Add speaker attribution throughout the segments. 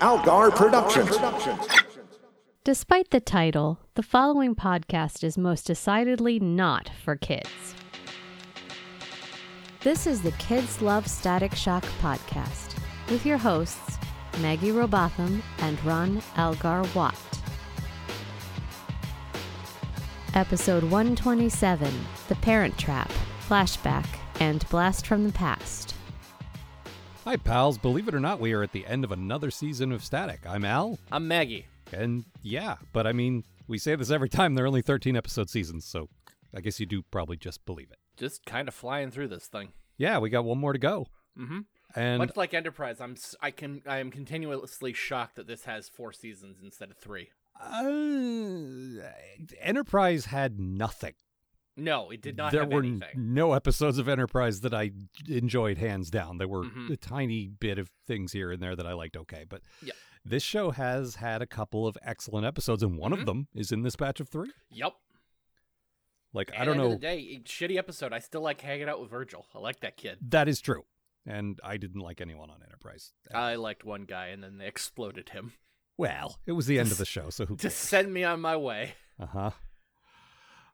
Speaker 1: Algar Productions.
Speaker 2: Despite the title, the following podcast is most decidedly not for kids. This is the Kids Love Static Shock podcast with your hosts, Maggie Robotham and Ron Algar Watt. Episode 127 The Parent Trap, Flashback, and Blast from the Past.
Speaker 3: Hi, pals. Believe it or not, we are at the end of another season of Static. I'm Al,
Speaker 4: I'm Maggie.
Speaker 3: and yeah, but I mean, we say this every time. There are only 13 episode seasons, so I guess you do probably just believe it.
Speaker 4: Just kind of flying through this thing.
Speaker 3: Yeah, we got one more to go.
Speaker 4: Mm-hmm.
Speaker 3: And
Speaker 4: Much like Enterprise, I'm s- I can I am continuously shocked that this has four seasons instead of three.
Speaker 3: uh, Enterprise had nothing.
Speaker 4: No, it did not
Speaker 3: there
Speaker 4: have
Speaker 3: were n-
Speaker 4: anything.
Speaker 3: no episodes of Enterprise that I enjoyed hands down. There were
Speaker 4: Mhm.
Speaker 3: a tiny bit of things here and there that I liked okay, but
Speaker 4: Yeah.
Speaker 3: this show has had a couple of excellent episodes, and one of
Speaker 4: Mhm.
Speaker 3: them is in this batch of three.
Speaker 4: Yep.
Speaker 3: Like,
Speaker 4: At
Speaker 3: I don't
Speaker 4: the end
Speaker 3: know.
Speaker 4: Of the day, it- shitty episode. I still like hanging out with Virgil. I like that kid.
Speaker 3: That is true. And I didn't like anyone on Enterprise.
Speaker 4: I liked one guy, and then they exploded him
Speaker 3: well, it was the end of the show, so who
Speaker 4: to send me on my way.
Speaker 3: Uh huh.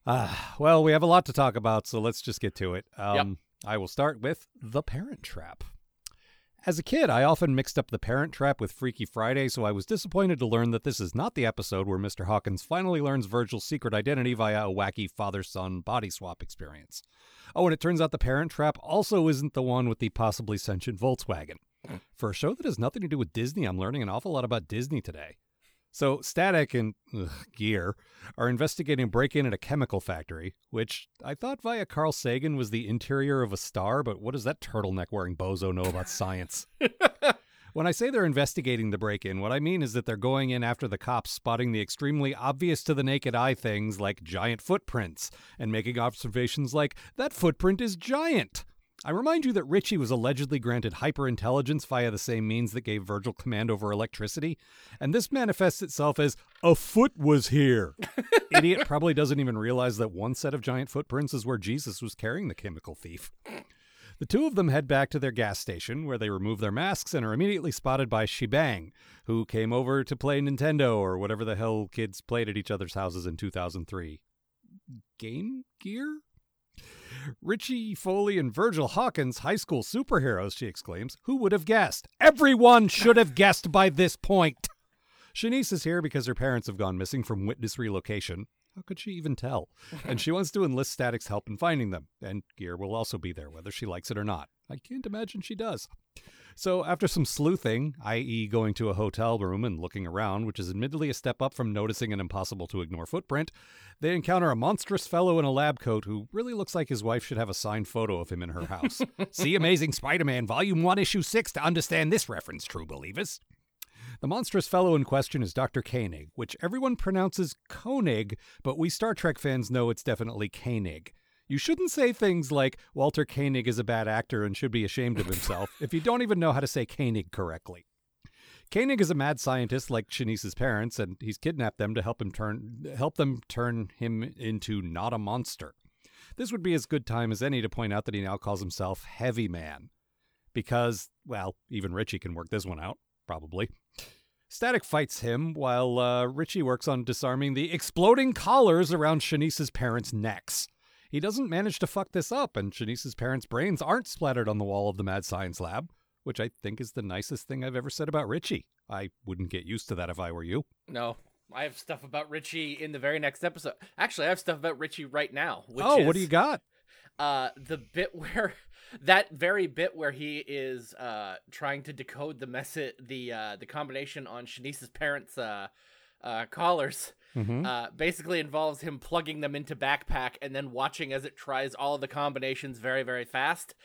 Speaker 3: Ah, well, we have a lot to talk about, so let's just get to it. Um, I will start with The Parent Trap. As a kid, I often mixed up The Parent Trap with Freaky Friday, so I was disappointed to learn that this is not the episode where Mr. Hawkins finally learns Virgil's secret identity via a wacky father son body swap experience. Oh, and it turns out The Parent Trap also isn't the one with the possibly sentient Volkswagen. For a show that has nothing to do with Disney, I'm learning an awful lot about Disney today. So, Static and ugh, Gear are investigating a break in at a chemical factory, which I thought via Carl Sagan was the interior of a star, but what does that turtleneck wearing bozo know about science? When I say they're investigating the break in, what I mean is that they're going in after the cops spotting the extremely obvious to the naked eye things like giant footprints and making observations like, that footprint is giant. I remind you that Ritchie was allegedly granted hyperintelligence via the same means that gave Virgil command over electricity, and this manifests itself as a foot was here. Idiot probably doesn't even realize that one set of giant footprints is where Jesus was carrying the chemical thief. The two of them head back to their gas station, where they remove their masks and are immediately spotted by Shebang, who came over to play Nintendo or whatever the hell kids played at each other's houses in 2003. Game Gear? Richie Foley and Virgil Hawkins, high school superheroes, she exclaims. Who would have guessed? Everyone should have guessed by this point. Shanice is here because her parents have gone missing from witness relocation. How could she even tell? And she wants to enlist Static's help in finding them. And Gear will also be there, whether she likes it or not. I can't imagine she does. So, after some sleuthing, i.e., going to a hotel room and looking around, which is admittedly a step up from noticing an impossible to ignore footprint, they encounter a monstrous fellow in a lab coat who really looks like his wife should have a signed photo of him in her house. See Amazing Spider Man, Volume 1, Issue 6 to understand this reference, true believers. The monstrous fellow in question is Dr. Koenig, which everyone pronounces Koenig, but we Star Trek fans know it's definitely Koenig. You shouldn't say things like Walter Koenig is a bad actor and should be ashamed of himself if you don't even know how to say Koenig correctly. Koenig is a mad scientist like Shanice's parents, and he's kidnapped them to help him turn help them turn him into not a monster. This would be as good time as any to point out that he now calls himself Heavy Man. Because, well, even Richie can work this one out, probably. Static fights him while uh, Richie works on disarming the exploding collars around Shanice's parents' necks. He doesn't manage to fuck this up, and Shanice's parents' brains aren't splattered on the wall of the Mad Science Lab, which I think is the nicest thing I've ever said about Richie. I wouldn't get used to that if I were you.
Speaker 4: No, I have stuff about Richie in the very next episode. Actually, I have stuff about Richie right now. Which
Speaker 3: oh,
Speaker 4: is,
Speaker 3: what do you got?
Speaker 4: uh the bit where that very bit where he is uh trying to decode the message the uh the combination on Shanice's parents uh uh collars
Speaker 3: Mm-hmm.
Speaker 4: uh basically involves him plugging them into backpack and then watching as it tries all of the combinations very very fast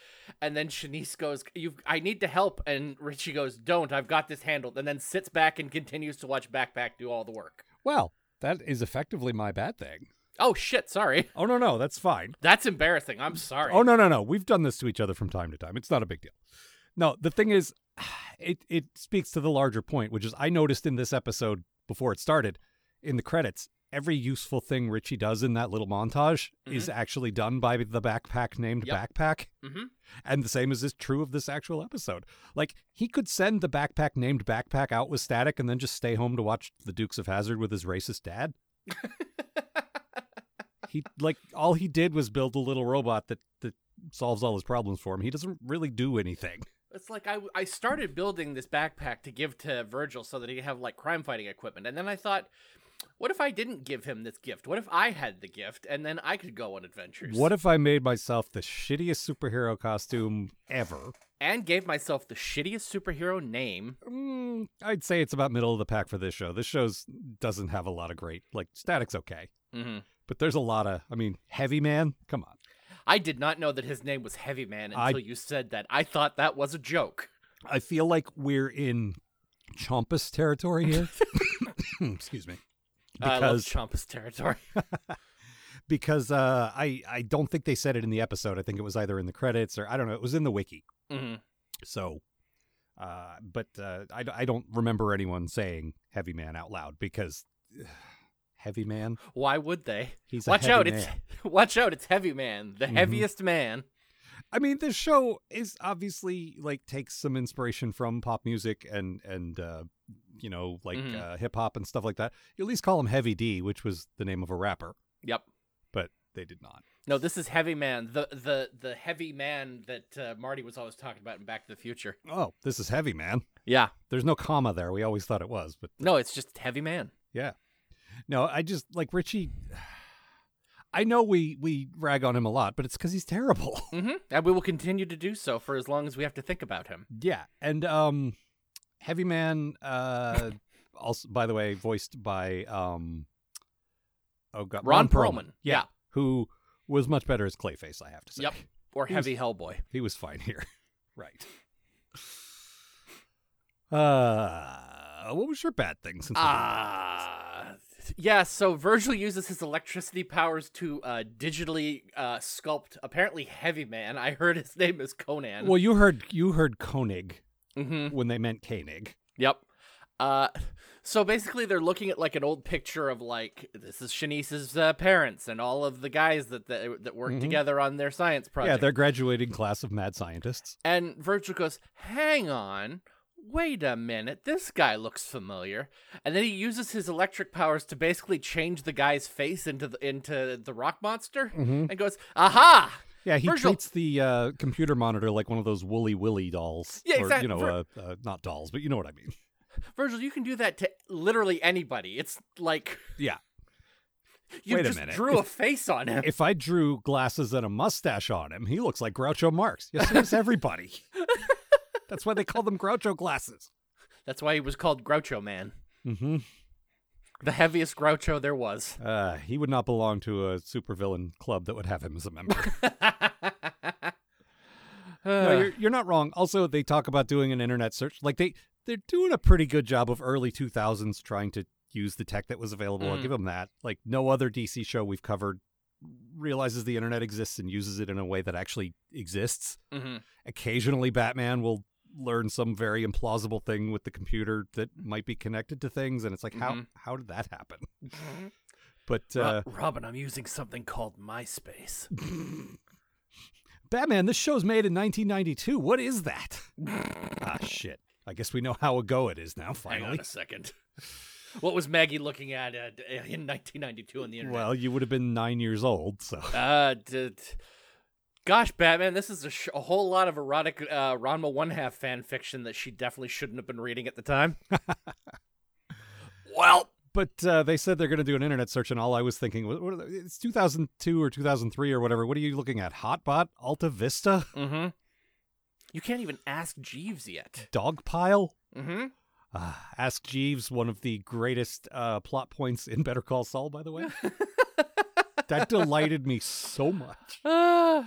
Speaker 4: and then Shanice goes you I need to help and Richie goes don't I've got this handled and then sits back and continues to watch backpack do all the work
Speaker 3: Well, that is effectively my bad thing.
Speaker 4: oh shit sorry
Speaker 3: Oh, no, no, that's fine.
Speaker 4: that's embarrassing I'm sorry
Speaker 3: Oh no, no, no. We've done this to each other from time to time. It's not a big deal. No, the thing is, it it speaks to the larger point, which is I noticed in this episode before it started, in the credits, every useful thing Richie does in that little montage is actually done by the backpack named
Speaker 4: Mm-hmm. Yep.
Speaker 3: Backpack.
Speaker 4: hmm
Speaker 3: And the same is is true of this actual episode. Like he could send the backpack named Backpack out with Static and then just stay home to watch The Dukes of Hazard with his racist dad. he like all he did was build a little robot that that solves all his problems for him. He doesn't really do anything.
Speaker 4: It's like I, I started building this backpack to give to Virgil so that he could have like crime fighting equipment. And then I thought, what if I didn't give him this gift? What if I had the gift and then I could go on adventures?
Speaker 3: What if I made myself the shittiest superhero costume ever?
Speaker 4: and gave myself the shittiest superhero name.
Speaker 3: Mm, I'd say it's about middle of the pack for this show. This show's doesn't have a lot of great like Static's okay,
Speaker 4: Mm-hmm.
Speaker 3: but there's a lot of I mean Heavy Man. Come on.
Speaker 4: I did not know that his name was Heavy Man
Speaker 3: I-
Speaker 4: until you said that. I thought that was a joke.
Speaker 3: I feel like we're in Chompus territory here. Excuse me.
Speaker 4: Uh, I love
Speaker 3: Because
Speaker 4: Chompa's territory.
Speaker 3: because uh, I I don't think they said it in the episode. I think it was either in the credits or I don't know. It was in the wiki.
Speaker 4: hmm
Speaker 3: So, uh, but uh, I d- I don't remember anyone saying Heavy Man out loud because Heavy Man.
Speaker 4: Why would they?
Speaker 3: He's a
Speaker 4: Watch
Speaker 3: heavy
Speaker 4: out!
Speaker 3: Man.
Speaker 4: It's watch out! It's Heavy Man, the
Speaker 3: Mhm.
Speaker 4: heaviest man.
Speaker 3: I mean, this show is obviously like takes some inspiration from pop music and and uh, you know like
Speaker 4: Mhm.
Speaker 3: uh, hip hop and stuff like that. You at least call him Heavy D, which was the name of a rapper,
Speaker 4: Yep.
Speaker 3: but they did not.
Speaker 4: No, this is Heavy Man, the the the Heavy Man that uh, Marty was always talking about in Back to the Future.
Speaker 3: Oh, this is Heavy Man.
Speaker 4: Yeah.
Speaker 3: There's no comma there. We always thought it was, but
Speaker 4: No, it's just Heavy Man.
Speaker 3: yeah. No, I just like Richie. I know we we rag on him a lot, but it's because he's terrible.
Speaker 4: hmm And we will continue to do so for as long as we have to think about him.
Speaker 3: Yeah, and um, Heavy Man. Uh, also, by the way, voiced by um, oh god,
Speaker 4: Ron Perlman.
Speaker 3: Yeah,
Speaker 4: Yeah.
Speaker 3: who was much better as Clayface. I have to say.
Speaker 4: Yep. Or
Speaker 3: He was-
Speaker 4: Heavy Hellboy.
Speaker 3: he was fine here. right. Uh, what was your bad thing? Since we didn't-
Speaker 4: Ah. yeah, so Virgil uses his electricity powers to uh, digitally uh, sculpt apparently Heavy Man. I heard his name is Conan.
Speaker 3: well, you heard you heard Koenig
Speaker 4: hmm
Speaker 3: when they meant Koenig.
Speaker 4: Yep. Uh, so basically, they're looking at like an old picture of like this is Shanice's uh, parents and all of the guys that that, that work
Speaker 3: Mhm.
Speaker 4: together on their science project.
Speaker 3: Yeah, their graduating class of mad scientists.
Speaker 4: And Virgil goes, "Hang on." Wait a minute, this guy looks familiar. And then he uses his electric powers to basically change the guy's face into the into the rock monster
Speaker 3: Mm-hmm.
Speaker 4: and goes, Aha!
Speaker 3: Yeah, he
Speaker 4: Virgil-
Speaker 3: treats the uh, computer monitor like one of those woolly willy dolls.
Speaker 4: Yeah,
Speaker 3: or,
Speaker 4: exact-
Speaker 3: You know,
Speaker 4: Vir-
Speaker 3: uh, uh, not dolls, but you know what I mean.
Speaker 4: Virgil, you can do that to literally anybody. It's like
Speaker 3: Yeah.
Speaker 4: you
Speaker 3: Wait a
Speaker 4: just
Speaker 3: minute.
Speaker 4: drew a face on him.
Speaker 3: If I drew glasses and a mustache on him, he looks like Groucho Marx. Yes, does everybody. That's why they call them Groucho glasses.
Speaker 4: That's why he was called Groucho Man.
Speaker 3: Mm-hmm.
Speaker 4: The heaviest Groucho there was.
Speaker 3: Uh, he would not belong to a supervillain club that would have him as a member. no, you're, you're not wrong. Also, they talk about doing an internet search. Like they they're doing a pretty good job of early 2000s trying to use the tech that was available. I'll
Speaker 4: Mhm.
Speaker 3: give them that. Like no other DC show we've covered realizes the internet exists and uses it in a way that actually exists.
Speaker 4: hmm
Speaker 3: Occasionally, Batman will learn some very implausible thing with the computer that might be connected to things, and it's like how
Speaker 4: Mhm.
Speaker 3: how did that happen? But uh,
Speaker 4: Robin, I'm using something called MySpace.
Speaker 3: Batman, this show's made in 1992. What is that? ah, shit. I guess we know how ago it is now.
Speaker 4: Hang
Speaker 3: Finally.
Speaker 4: on a second. What was Maggie looking at uh, d- in 1992 on the internet?
Speaker 3: Well, you would have been nine years old, so
Speaker 4: uh, d- d- gosh, Batman, this is a, sh- a whole lot of erotic uh, Ranma One Half fan fiction that she definitely shouldn't have been reading at the time. well,
Speaker 3: But uh, they said they're going to do an internet search, and all I was thinking was, what are the, it's 2002 or 2003 or whatever. What are you looking at? Hotbot, Alta Vista,
Speaker 4: mm-hmm. you can't even ask Jeeves yet.
Speaker 3: Dogpile.
Speaker 4: Mm-hmm.
Speaker 3: Uh, Ask Jeeves, one of the greatest uh, plot points in Better Call Saul, by the way. that delighted me so much uh,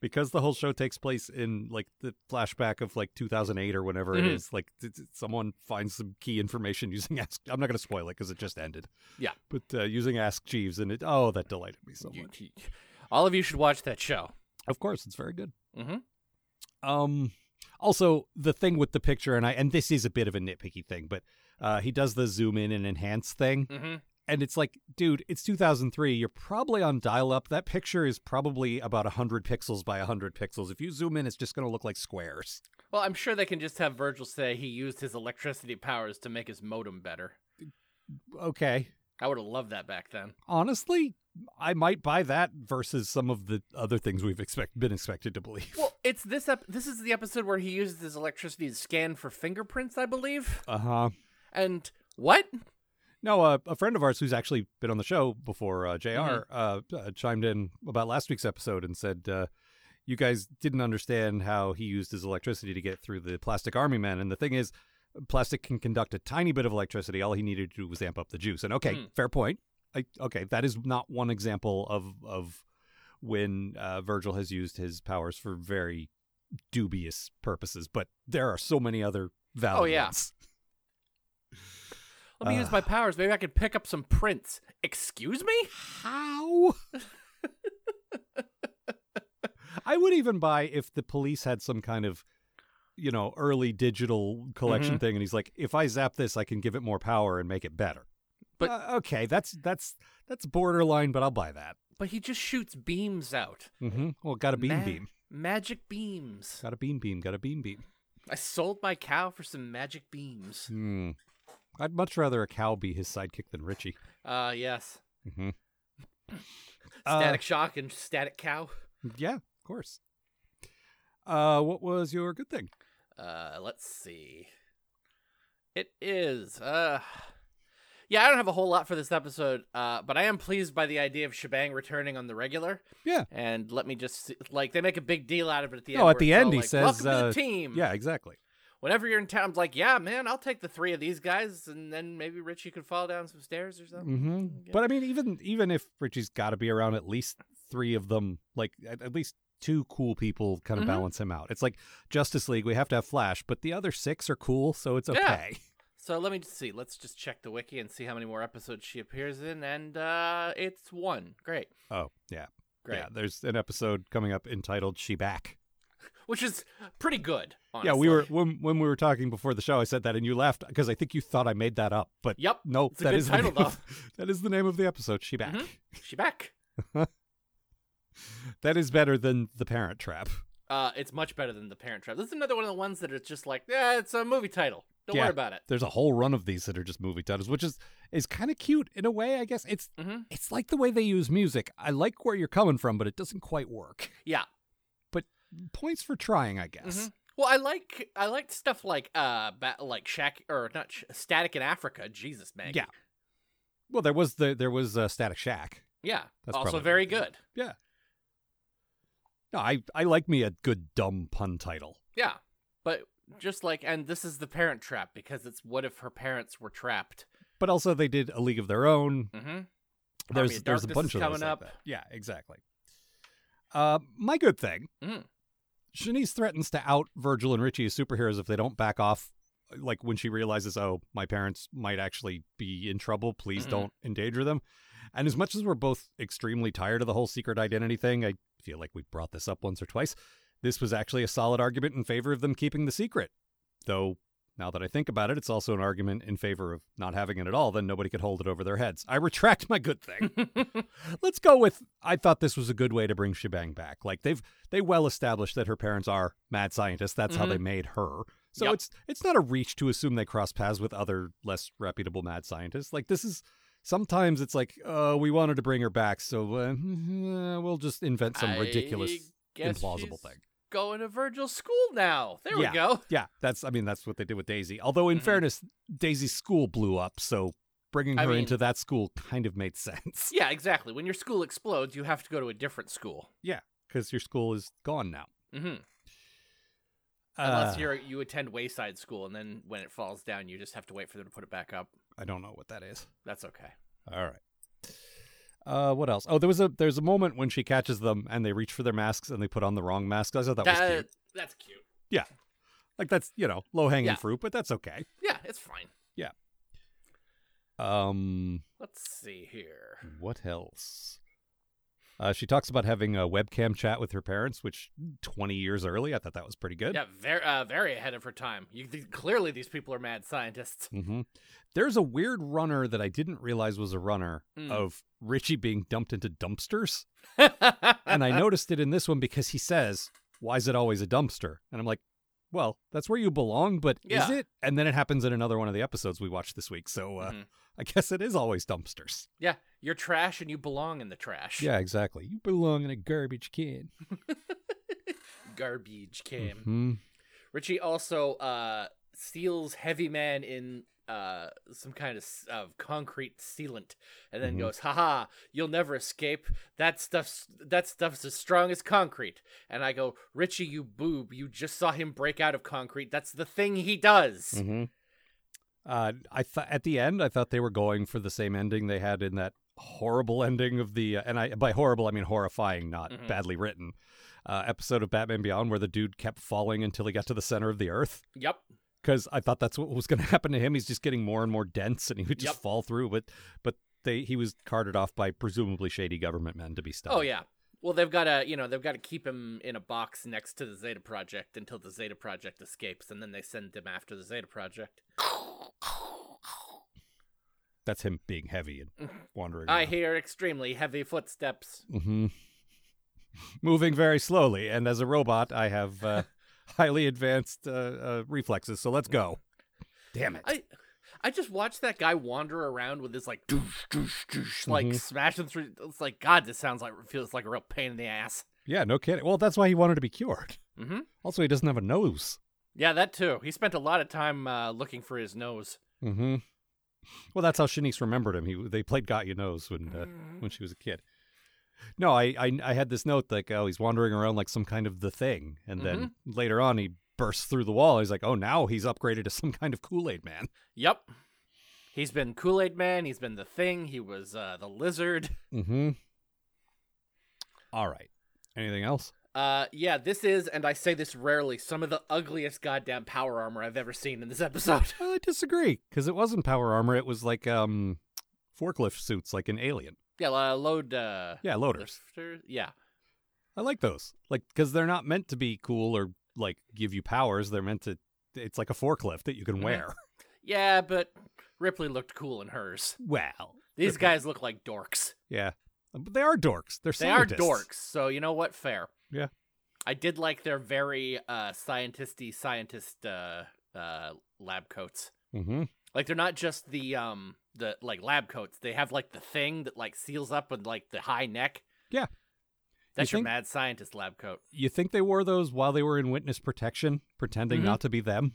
Speaker 3: because the whole show takes place in like the flashback of like 2008 or whenever it
Speaker 4: Mhm.
Speaker 3: is. Like t- t- someone finds some key information using Ask. I'm not going to spoil it because it just ended.
Speaker 4: Yeah.
Speaker 3: but uh, using Ask Jeeves and it. Oh, that delighted me so
Speaker 4: You-
Speaker 3: much.
Speaker 4: you- all of you should watch that show.
Speaker 3: Of course, it's very good.
Speaker 4: Mm-hmm.
Speaker 3: Um also the thing with the picture and I and this is a bit of a nitpicky thing, but uh he does the zoom in and enhance thing
Speaker 4: Mm-hmm.
Speaker 3: and it's like, dude, it's 2003. You're probably on dial up. That picture is probably about 100 pixels by 100 pixels. If you zoom in, it's just going to look like squares.
Speaker 4: Well, I'm sure they can just have Virgil say he used his electricity powers to make his modem better.
Speaker 3: Okay.
Speaker 4: I would have loved that back then.
Speaker 3: Honestly, I might buy that versus some of the other things we've expect- been expected to believe.
Speaker 4: Well, it's this ep- this is the episode where he uses his electricity to scan for fingerprints, I believe.
Speaker 3: Uh huh.
Speaker 4: And what?
Speaker 3: No, uh, a friend of ours who's actually been on the show before, uh, junior uh, uh, chimed in about last week's episode and said, uh, "You guys didn't understand how he used his electricity to get through the plastic army man." And the thing is, plastic can conduct a tiny bit of electricity. All he needed to do was amp up the juice. And okay,
Speaker 4: Mm.
Speaker 3: fair point. I, okay, that is not one example of of when uh, Virgil has used his powers for very dubious purposes. But there are so many other values.
Speaker 4: yeah. Let me use
Speaker 3: Uh.
Speaker 4: my powers. Maybe I could pick up some prints. Excuse me?
Speaker 3: How? I would even buy if the police had some kind of, you know, early digital collection
Speaker 4: Mhm.
Speaker 3: thing, and he's like, if I zap this, I can give it more power and make it better.
Speaker 4: But-
Speaker 3: Uh, okay, that's that's that's borderline, but I'll buy that.
Speaker 4: But he just shoots beams out.
Speaker 3: Mm-hmm. Well, got a beam
Speaker 4: Ma-
Speaker 3: beam,
Speaker 4: Magic beams.
Speaker 3: got a beam beam, got a beam beam.
Speaker 4: I sold my cow for some magic beams.
Speaker 3: Hmm. I'd much rather a cow be his sidekick than Richie.
Speaker 4: Uh yes.
Speaker 3: Mm-hmm. Uh,
Speaker 4: Static shock and static cow.
Speaker 3: yeah, of course. Uh, what was your good thing?
Speaker 4: Uh, let's see. It is. Uh, yeah, I don't have a whole lot for this episode, uh, but I am pleased by the idea of Shebang returning on the regular.
Speaker 3: Yeah.
Speaker 4: And let me just see, like they make a big deal out of it at the
Speaker 3: No,
Speaker 4: end.
Speaker 3: at
Speaker 4: where
Speaker 3: the
Speaker 4: it's
Speaker 3: end
Speaker 4: all
Speaker 3: he
Speaker 4: like,
Speaker 3: says,
Speaker 4: "Welcome to
Speaker 3: uh,
Speaker 4: the team."
Speaker 3: Yeah, exactly.
Speaker 4: Whenever you're in town, I'm like, "Yeah, man, I'll take the three of these guys, and then maybe Richie could fall down some stairs or something."
Speaker 3: hmm
Speaker 4: Yeah.
Speaker 3: But I mean, even even if Richie's got to be around, at least three of them, like at, at least two cool people, kind of
Speaker 4: Mhm.
Speaker 3: balance him out. It's like Justice League; we have to have Flash, but the other six are cool, so it's
Speaker 4: Yeah.
Speaker 3: okay.
Speaker 4: So let me just see. Let's just check the wiki and see how many more episodes she appears in, and uh, it's one. Great,
Speaker 3: Oh yeah,
Speaker 4: great.
Speaker 3: yeah. There's an episode coming up entitled "She Back."
Speaker 4: Which is pretty good. Honestly.
Speaker 3: Yeah, we were when when we were talking before the show, I said that, and you laughed because I think you thought I made that up, but
Speaker 4: Yep.
Speaker 3: no,
Speaker 4: It's a
Speaker 3: that
Speaker 4: good
Speaker 3: is
Speaker 4: title,
Speaker 3: the name of, that is the name of the episode. She Back.
Speaker 4: Mhm. She back.
Speaker 3: That is better than the Parent Trap.
Speaker 4: Uh, it's much better than The Parent Trap. This is another one of the ones that it's just like, yeah, it's a movie title. Don't
Speaker 3: Yeah.
Speaker 4: worry about it.
Speaker 3: There's a whole run of these that are just movie titles, which is is kind of cute in a way. I guess it's
Speaker 4: hmm
Speaker 3: it's like the way they use music. I like where you're coming from, but it doesn't quite work.
Speaker 4: Yeah.
Speaker 3: Points for trying, I guess.
Speaker 4: Mhm. Well, I like I liked stuff like uh, ba- like Shaq or not Sh- Static in Africa. Jesus, man.
Speaker 3: Yeah. Well, there was the there was uh, Static Shack.
Speaker 4: Yeah.
Speaker 3: That's
Speaker 4: also
Speaker 3: probably-
Speaker 4: very good.
Speaker 3: Yeah. No, I I like me a good dumb pun title.
Speaker 4: Yeah. But just like, and this is The Parent Trap because it's what if her parents were trapped.
Speaker 3: But also they did a League of Their Own.
Speaker 4: Mm-hmm.
Speaker 3: There's
Speaker 4: of
Speaker 3: there's a
Speaker 4: Darkness
Speaker 3: bunch
Speaker 4: is
Speaker 3: of those
Speaker 4: coming
Speaker 3: like
Speaker 4: up.
Speaker 3: that. Yeah, exactly. Uh, my good thing.
Speaker 4: Mhm.
Speaker 3: Shanice threatens to out Virgil and Richie as superheroes if they don't back off. Like when she realizes, oh, my parents might actually be in trouble. Please
Speaker 4: Mhm.
Speaker 3: don't endanger them. And as much as we're both extremely tired of the whole secret identity thing, I feel like we've brought this up once or twice. This was actually a solid argument in favor of them keeping the secret. Though, now that I think about it, it's also an argument in favor of not having it at all. Then nobody could hold it over their heads. I retract my good thing. Let's go with I thought this was a good way to bring Shebang back. Like they've they well established that her parents are mad scientists. That's how
Speaker 4: Mhm.
Speaker 3: they made her. So
Speaker 4: Yep.
Speaker 3: it's it's not a reach to assume they cross paths with other less reputable mad scientists. Like this is sometimes it's like uh, we wanted to bring her back, so uh, we'll just invent some
Speaker 4: I
Speaker 3: ridiculous,
Speaker 4: guess
Speaker 3: implausible
Speaker 4: she's
Speaker 3: thing.
Speaker 4: Going to Virgil's school now. There
Speaker 3: Yeah.
Speaker 4: we go.
Speaker 3: Yeah, that's I mean that's what they did with Daisy. Although in
Speaker 4: Mhm.
Speaker 3: fairness, Daisy's school blew up, so bringing
Speaker 4: I
Speaker 3: her
Speaker 4: mean-
Speaker 3: into that school kind of made sense
Speaker 4: Yeah, exactly. When your school explodes, you have to go to a different school.
Speaker 3: because your school is gone now.
Speaker 4: Mm-hmm. Unless
Speaker 3: Uh,
Speaker 4: you're you attend Wayside School, and then when it falls down, you just have to wait for them to put it back up.
Speaker 3: I don't know what that is.
Speaker 4: That's okay.
Speaker 3: All right. Uh, what else? Oh, there was a there's a moment when she catches them and they reach for their masks and they put on the wrong masks. I thought that, was cute.
Speaker 4: That's cute.
Speaker 3: Like that's you know low hanging
Speaker 4: Yeah.
Speaker 3: fruit, but that's okay.
Speaker 4: Yeah, it's fine.
Speaker 3: Um,
Speaker 4: Let's see here.
Speaker 3: what Um, else? Uh, she talks about having a webcam chat with her parents, which 20 years early, I thought that was pretty good.
Speaker 4: Yeah, very, uh, very ahead of her time. You, th- clearly, these people are mad scientists.
Speaker 3: hmm There's a weird runner that I didn't realize was a runner
Speaker 4: Mm.
Speaker 3: of Richie being dumped into dumpsters. and I noticed it in this one because he says, Why is it always a dumpster? And I'm like, Well, that's where you belong, but is
Speaker 4: Yeah.
Speaker 3: it? And then it happens in another one of the episodes we watched this week. So uh,
Speaker 4: Mhm.
Speaker 3: I guess it is always dumpsters.
Speaker 4: Yeah, you're trash and you belong in the trash.
Speaker 3: Yeah, exactly. You belong in a garbage can.
Speaker 4: Garbage can.
Speaker 3: Mhm.
Speaker 4: Richie also uh, steals Heavy Man in uh, some kind of, s- of concrete sealant, and then
Speaker 3: Mhm.
Speaker 4: goes, "Haha, you'll never escape. That stuff's that stuff's as strong as concrete." And I go, "Richie, you boob! You just saw him break out of concrete. That's the thing he does."
Speaker 3: Mm-hmm. Uh, I thought at the end, I thought they were going for the same ending they had in that horrible ending of the, uh, and I by horrible I mean horrifying, not
Speaker 4: Mhm.
Speaker 3: badly written, uh, episode of Batman Beyond where the dude kept falling until he got to the center of the earth.
Speaker 4: Yep.
Speaker 3: Because I thought that's what was going to happen to him. He's just getting more and more dense, and he would just
Speaker 4: Yep.
Speaker 3: fall through. But but they he was carted off by presumably shady government men to be stopped.
Speaker 4: Oh yeah. Well, they've got to, you know, they've got to keep him in a box next to the Zeta Project until the Zeta Project escapes, and then they send him after the Zeta Project.
Speaker 3: that's him being heavy and wandering.
Speaker 4: Mm-hmm. I
Speaker 3: around.
Speaker 4: hear extremely heavy footsteps.
Speaker 3: hmm Moving very slowly, and as a robot, I have uh, highly advanced uh, uh, reflexes. So let's go. Damn it!
Speaker 4: I I just watched that guy wander around with his like doosh doosh doosh like
Speaker 3: Mhm.
Speaker 4: smashing through it's like God this sounds like feels like a real pain in the ass.
Speaker 3: yeah, no kidding. Well, that's why he wanted to be cured.
Speaker 4: Mm-hmm.
Speaker 3: Also, he doesn't have a nose.
Speaker 4: Yeah, that too. He spent a lot of time uh, looking for his nose.
Speaker 3: hmm Well, that's how Shanice remembered him. He they played "Got Your Nose" when uh, when she was a kid. No, I, I I had this note like, oh, he's wandering around like some kind of the thing, and then later on he bursts through the wall. He's like, oh, now he's upgraded to some kind of Kool Aid Man.
Speaker 4: Yep. He's been Kool-Aid Man, he's been the thing, he was uh, the lizard.
Speaker 3: Mm-hmm. All right. Anything else?
Speaker 4: Uh yeah, this is and I say this rarely, some of the ugliest goddamn power armor I've ever seen in this episode.
Speaker 3: I disagree because it wasn't power armor. It was like um, forklift suits, like an alien.
Speaker 4: yeah, uh, load uh
Speaker 3: Yeah, loaders.
Speaker 4: lifters? Yeah.
Speaker 3: I like those. Like because they're not meant to be cool or like give you powers. They're meant to. It's like a forklift that you can
Speaker 4: Mhm.
Speaker 3: wear.
Speaker 4: Yeah, but Ripley looked cool in hers.
Speaker 3: Well,
Speaker 4: These
Speaker 3: Ripley-
Speaker 4: guys look like dorks.
Speaker 3: Yeah, Uh, but they are dorks. They're
Speaker 4: They are
Speaker 3: scientists.
Speaker 4: dorks, so you know what? Fair.
Speaker 3: Yeah.
Speaker 4: I did like their very uh scientisty scientist uh uh lab coats.
Speaker 3: Mm-hmm.
Speaker 4: Like they're not just the um the like lab coats. They have like the thing that like seals up with like the high neck.
Speaker 3: Yeah.
Speaker 4: That's
Speaker 3: You
Speaker 4: your
Speaker 3: think-
Speaker 4: mad scientist lab coat.
Speaker 3: You think they wore those while they were in witness protection, pretending
Speaker 4: Mhm.
Speaker 3: not to be them?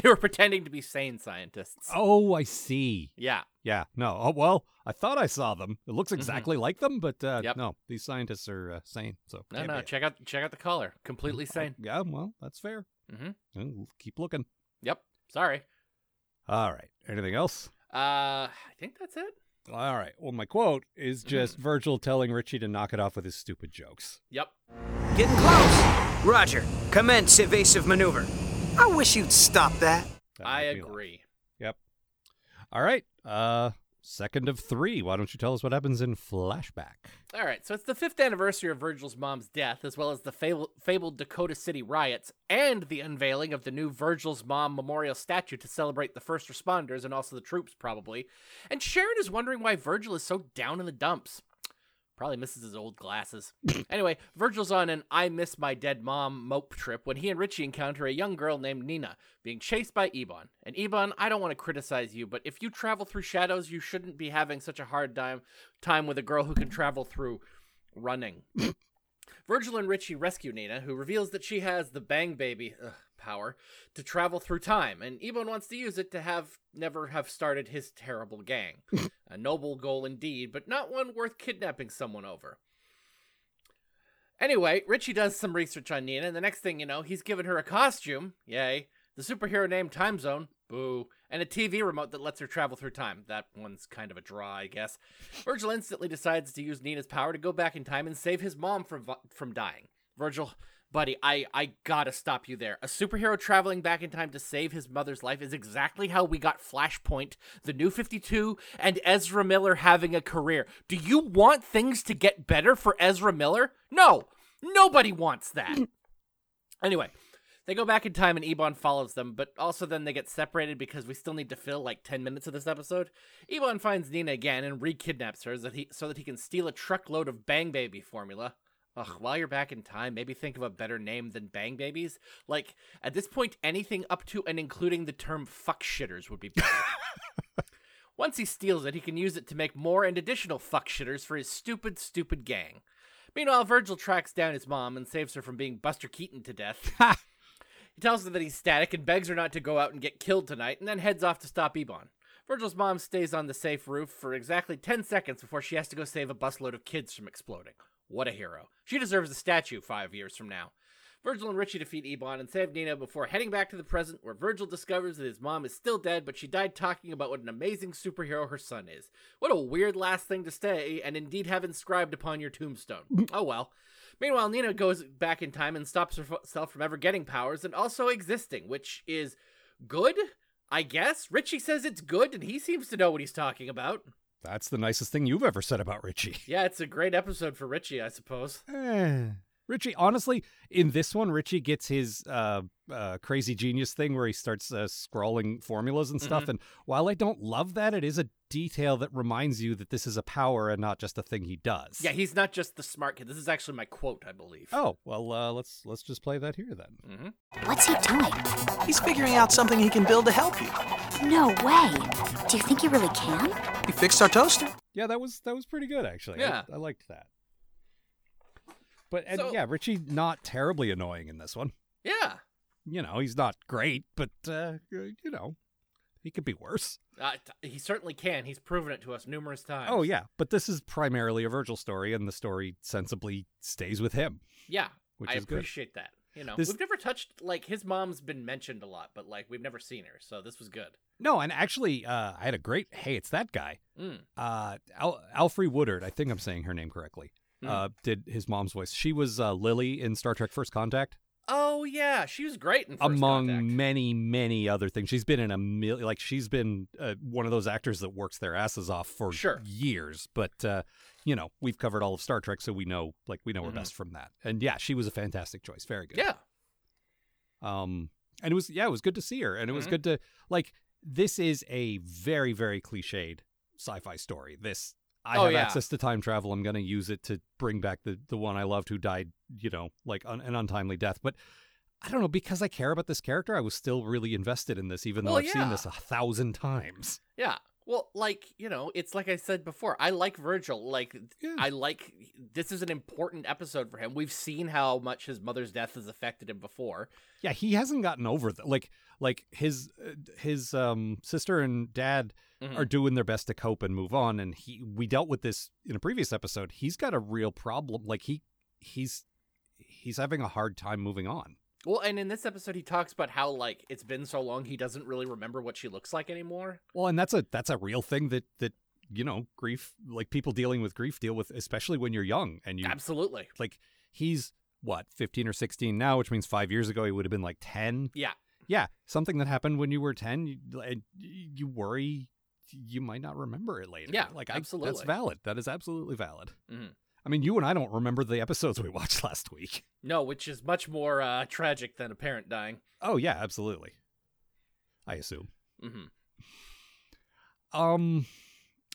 Speaker 4: They were pretending to be sane scientists.
Speaker 3: Oh, I see.
Speaker 4: Yeah.
Speaker 3: Yeah, no. Oh, well, I thought I saw them. It looks exactly like them, but uh,
Speaker 4: Mm-hmm. Yep.
Speaker 3: no, these scientists are uh, sane. So
Speaker 4: No,
Speaker 3: can't
Speaker 4: no,
Speaker 3: be it.
Speaker 4: check out check out the collar. Completely sane.
Speaker 3: Yeah, well, that's fair.
Speaker 4: Mhm.
Speaker 3: Mm, Keep looking.
Speaker 4: Yep. Sorry.
Speaker 3: All right. Anything else?
Speaker 4: Uh I think that's it.
Speaker 3: All right. Well, my quote
Speaker 4: Mm-hmm.
Speaker 3: is just Virgil telling Richie to knock it off with his stupid jokes.
Speaker 4: Yep.
Speaker 1: Getting close. Roger, commence evasive maneuver. I wish you'd stop that.
Speaker 3: That
Speaker 4: I
Speaker 3: made me laugh.
Speaker 4: agree.
Speaker 3: All right. Uh, second of three. Why don't you tell us what happens in flashback?
Speaker 4: All right, so it's the fifth anniversary of Virgil's mom's death, as well as the fable- fabled Dakota City riots and the unveiling of the new Virgil's mom memorial statue to celebrate the first responders and also the troops, probably. And Sharon is wondering why Virgil is so down in the dumps. Probably misses his old glasses. anyway, Virgil's on an I miss my dead mom mope trip when he and Richie encounter a young girl named Nina being chased by Ebon. And Ebon, I don't want to criticize you, but if you travel through shadows, you shouldn't be having such a hard time time with a girl who can travel through running. Virgil and Richie rescue Nina, who reveals that she has the Bang Baby ugh, power to travel through time, and Ebon wants to use it to have never have started his terrible gang. a noble goal indeed, but not one worth kidnapping someone over. Anyway, Richie does some research on Nina, and the next thing you know, he's given her a costume, yay, the superhero named Time Zone, boo, and a TV remote that lets her travel through time. That one's kind of a draw, I guess. Virgil instantly decides to use Nina's power to go back in time and save his mom from from dying. Virgil buddy, I I gotta stop you there. A superhero traveling back in time to save his mother's life is exactly how we got Flashpoint, the New Fifty Two, and Ezra Miller having a career. Do you want things to get better for Ezra Miller? No, nobody wants that. anyway. They go back in time and Ebon follows them, but also then they get separated because we still need to fill like 10 minutes of this episode. Ebon finds Nina again and re-kidnaps her so that he, so that he can steal a truckload of Bang Baby formula. Ugh, while you're back in time, maybe think of a better name than Bang Babies. Like, at this point, anything up to and including the term fuck shitters would be better. Once he steals it, he can use it to make more and additional fuck shitters for his stupid, stupid gang. Meanwhile, Virgil tracks down his mom and saves her from being Buster Keaton to death. He tells her that he's static and begs her not to go out and get killed tonight, and then heads off to stop Ebon. Virgil's mom stays on the safe roof for exactly 10 seconds before she has to go save a busload of kids from exploding. What a hero. She deserves a statue five years from now. Virgil and Richie defeat Ebon and save Nina before heading back to the present, where Virgil discovers that his mom is still dead, but she died talking about what an amazing superhero her son is. What a weird last thing to say, and indeed have inscribed upon your tombstone. Oh well. Meanwhile, Nina goes back in time and stops herself from ever getting powers and also existing, which is good, I guess. Richie says it's good, and he seems to know what he's talking about.
Speaker 3: That's the nicest thing you've ever said about Richie.
Speaker 4: Yeah, it's a great episode for Richie, I suppose.
Speaker 3: Eh. Richie, honestly, in this one, Richie gets his uh, uh, crazy genius thing where he starts uh, scrawling formulas and stuff.
Speaker 4: Mhm.
Speaker 3: And while I don't love that, it is a detail that reminds you that this is a power and not just a thing he does.
Speaker 4: Yeah, he's not just the smart kid. This is actually my quote, I believe.
Speaker 3: Oh well, uh, let's let's just play that here then.
Speaker 4: Mm-hmm.
Speaker 5: What's he doing?
Speaker 6: He's figuring out something he can build to help you.
Speaker 5: No way. Do you think he really can?
Speaker 6: He fixed our toaster.
Speaker 3: Yeah, that was that was pretty good actually. I-
Speaker 4: Yeah.
Speaker 3: I, liked that. But and
Speaker 4: So-
Speaker 3: yeah, Richie not terribly annoying in this one.
Speaker 4: Yeah.
Speaker 3: You know, he's not great, but uh, you know, he could be worse.
Speaker 4: Uh, t- he certainly can. He's proven it to us numerous times.
Speaker 3: Oh yeah, but this is primarily a Virgil story, and the story sensibly stays with him.
Speaker 4: Yeah.
Speaker 3: Which
Speaker 4: I
Speaker 3: is good.
Speaker 4: appreciate that. You know,
Speaker 3: This-
Speaker 4: we've never touched, like, his mom's been mentioned a lot, but, like, we've never seen her. So this was good.
Speaker 3: No, and actually, uh, I had a great. Hey, it's that guy,
Speaker 4: Mm.
Speaker 3: uh, Al- Alfrey Woodard. I think I'm saying her name correctly.
Speaker 4: Hmm.
Speaker 3: Uh, did his mom's voice? She was uh, Lily in Star Trek: First Contact,
Speaker 4: Oh, yeah. She was great in First
Speaker 3: among
Speaker 4: Contact.
Speaker 3: many, many other things. She's been in a million. Like she's been uh, one of those actors that works their asses off for
Speaker 4: Sure.
Speaker 3: years. But uh, you know, we've covered all of Star Trek, so we know like we know
Speaker 4: Mhm.
Speaker 3: her best from that. And yeah, she was a fantastic choice. Very good.
Speaker 4: Yeah.
Speaker 3: Um, and it was yeah, it was good to see her, and it was
Speaker 4: Mhm.
Speaker 3: good to like. This is a very very cliched sci-fi story. This I
Speaker 4: Oh,
Speaker 3: have
Speaker 4: yeah.
Speaker 3: access to time travel. I'm going to use it to bring back the the one I loved who died, you know, like un- an untimely death. But I don't know because I care about this character. I was still really invested in this, even though
Speaker 4: Well,
Speaker 3: I've
Speaker 4: yeah.
Speaker 3: seen this a thousand times.
Speaker 4: Yeah. Well, like, you know, it's like I said before, I like Virgil. Like,
Speaker 3: Yeah.
Speaker 4: I like this is an important episode for him. We've seen how much his mother's death has affected him before.
Speaker 3: Yeah, he hasn't gotten over that. Like like his uh, his um sister and dad
Speaker 4: Mhm.
Speaker 3: are doing their best to cope and move on and he we dealt with this in a previous episode. He's got a real problem. Like he he's he's having a hard time moving on.
Speaker 4: Well, and in this episode, he talks about how, like, it's been so long he doesn't really remember what she looks like anymore.
Speaker 3: Well, and that's a that's a real thing that that you know, grief like people dealing with grief deal with especially when you're young and you
Speaker 4: Absolutely.
Speaker 3: like he's what, 15 or 16 now, which means 5 years ago he would have been like 10.
Speaker 4: Yeah.
Speaker 3: yeah, something that happened when you were 10, you, and you worry you might not remember it later.
Speaker 4: Yeah,
Speaker 3: like I, That's
Speaker 4: absolutely.
Speaker 3: valid. That is absolutely valid.
Speaker 4: Mhm.
Speaker 3: I mean, you and I don't remember the episodes we watched last week.
Speaker 4: No, which is much more uh, tragic than a parent dying.
Speaker 3: Oh yeah, absolutely. I assume.
Speaker 4: hmm
Speaker 3: Um,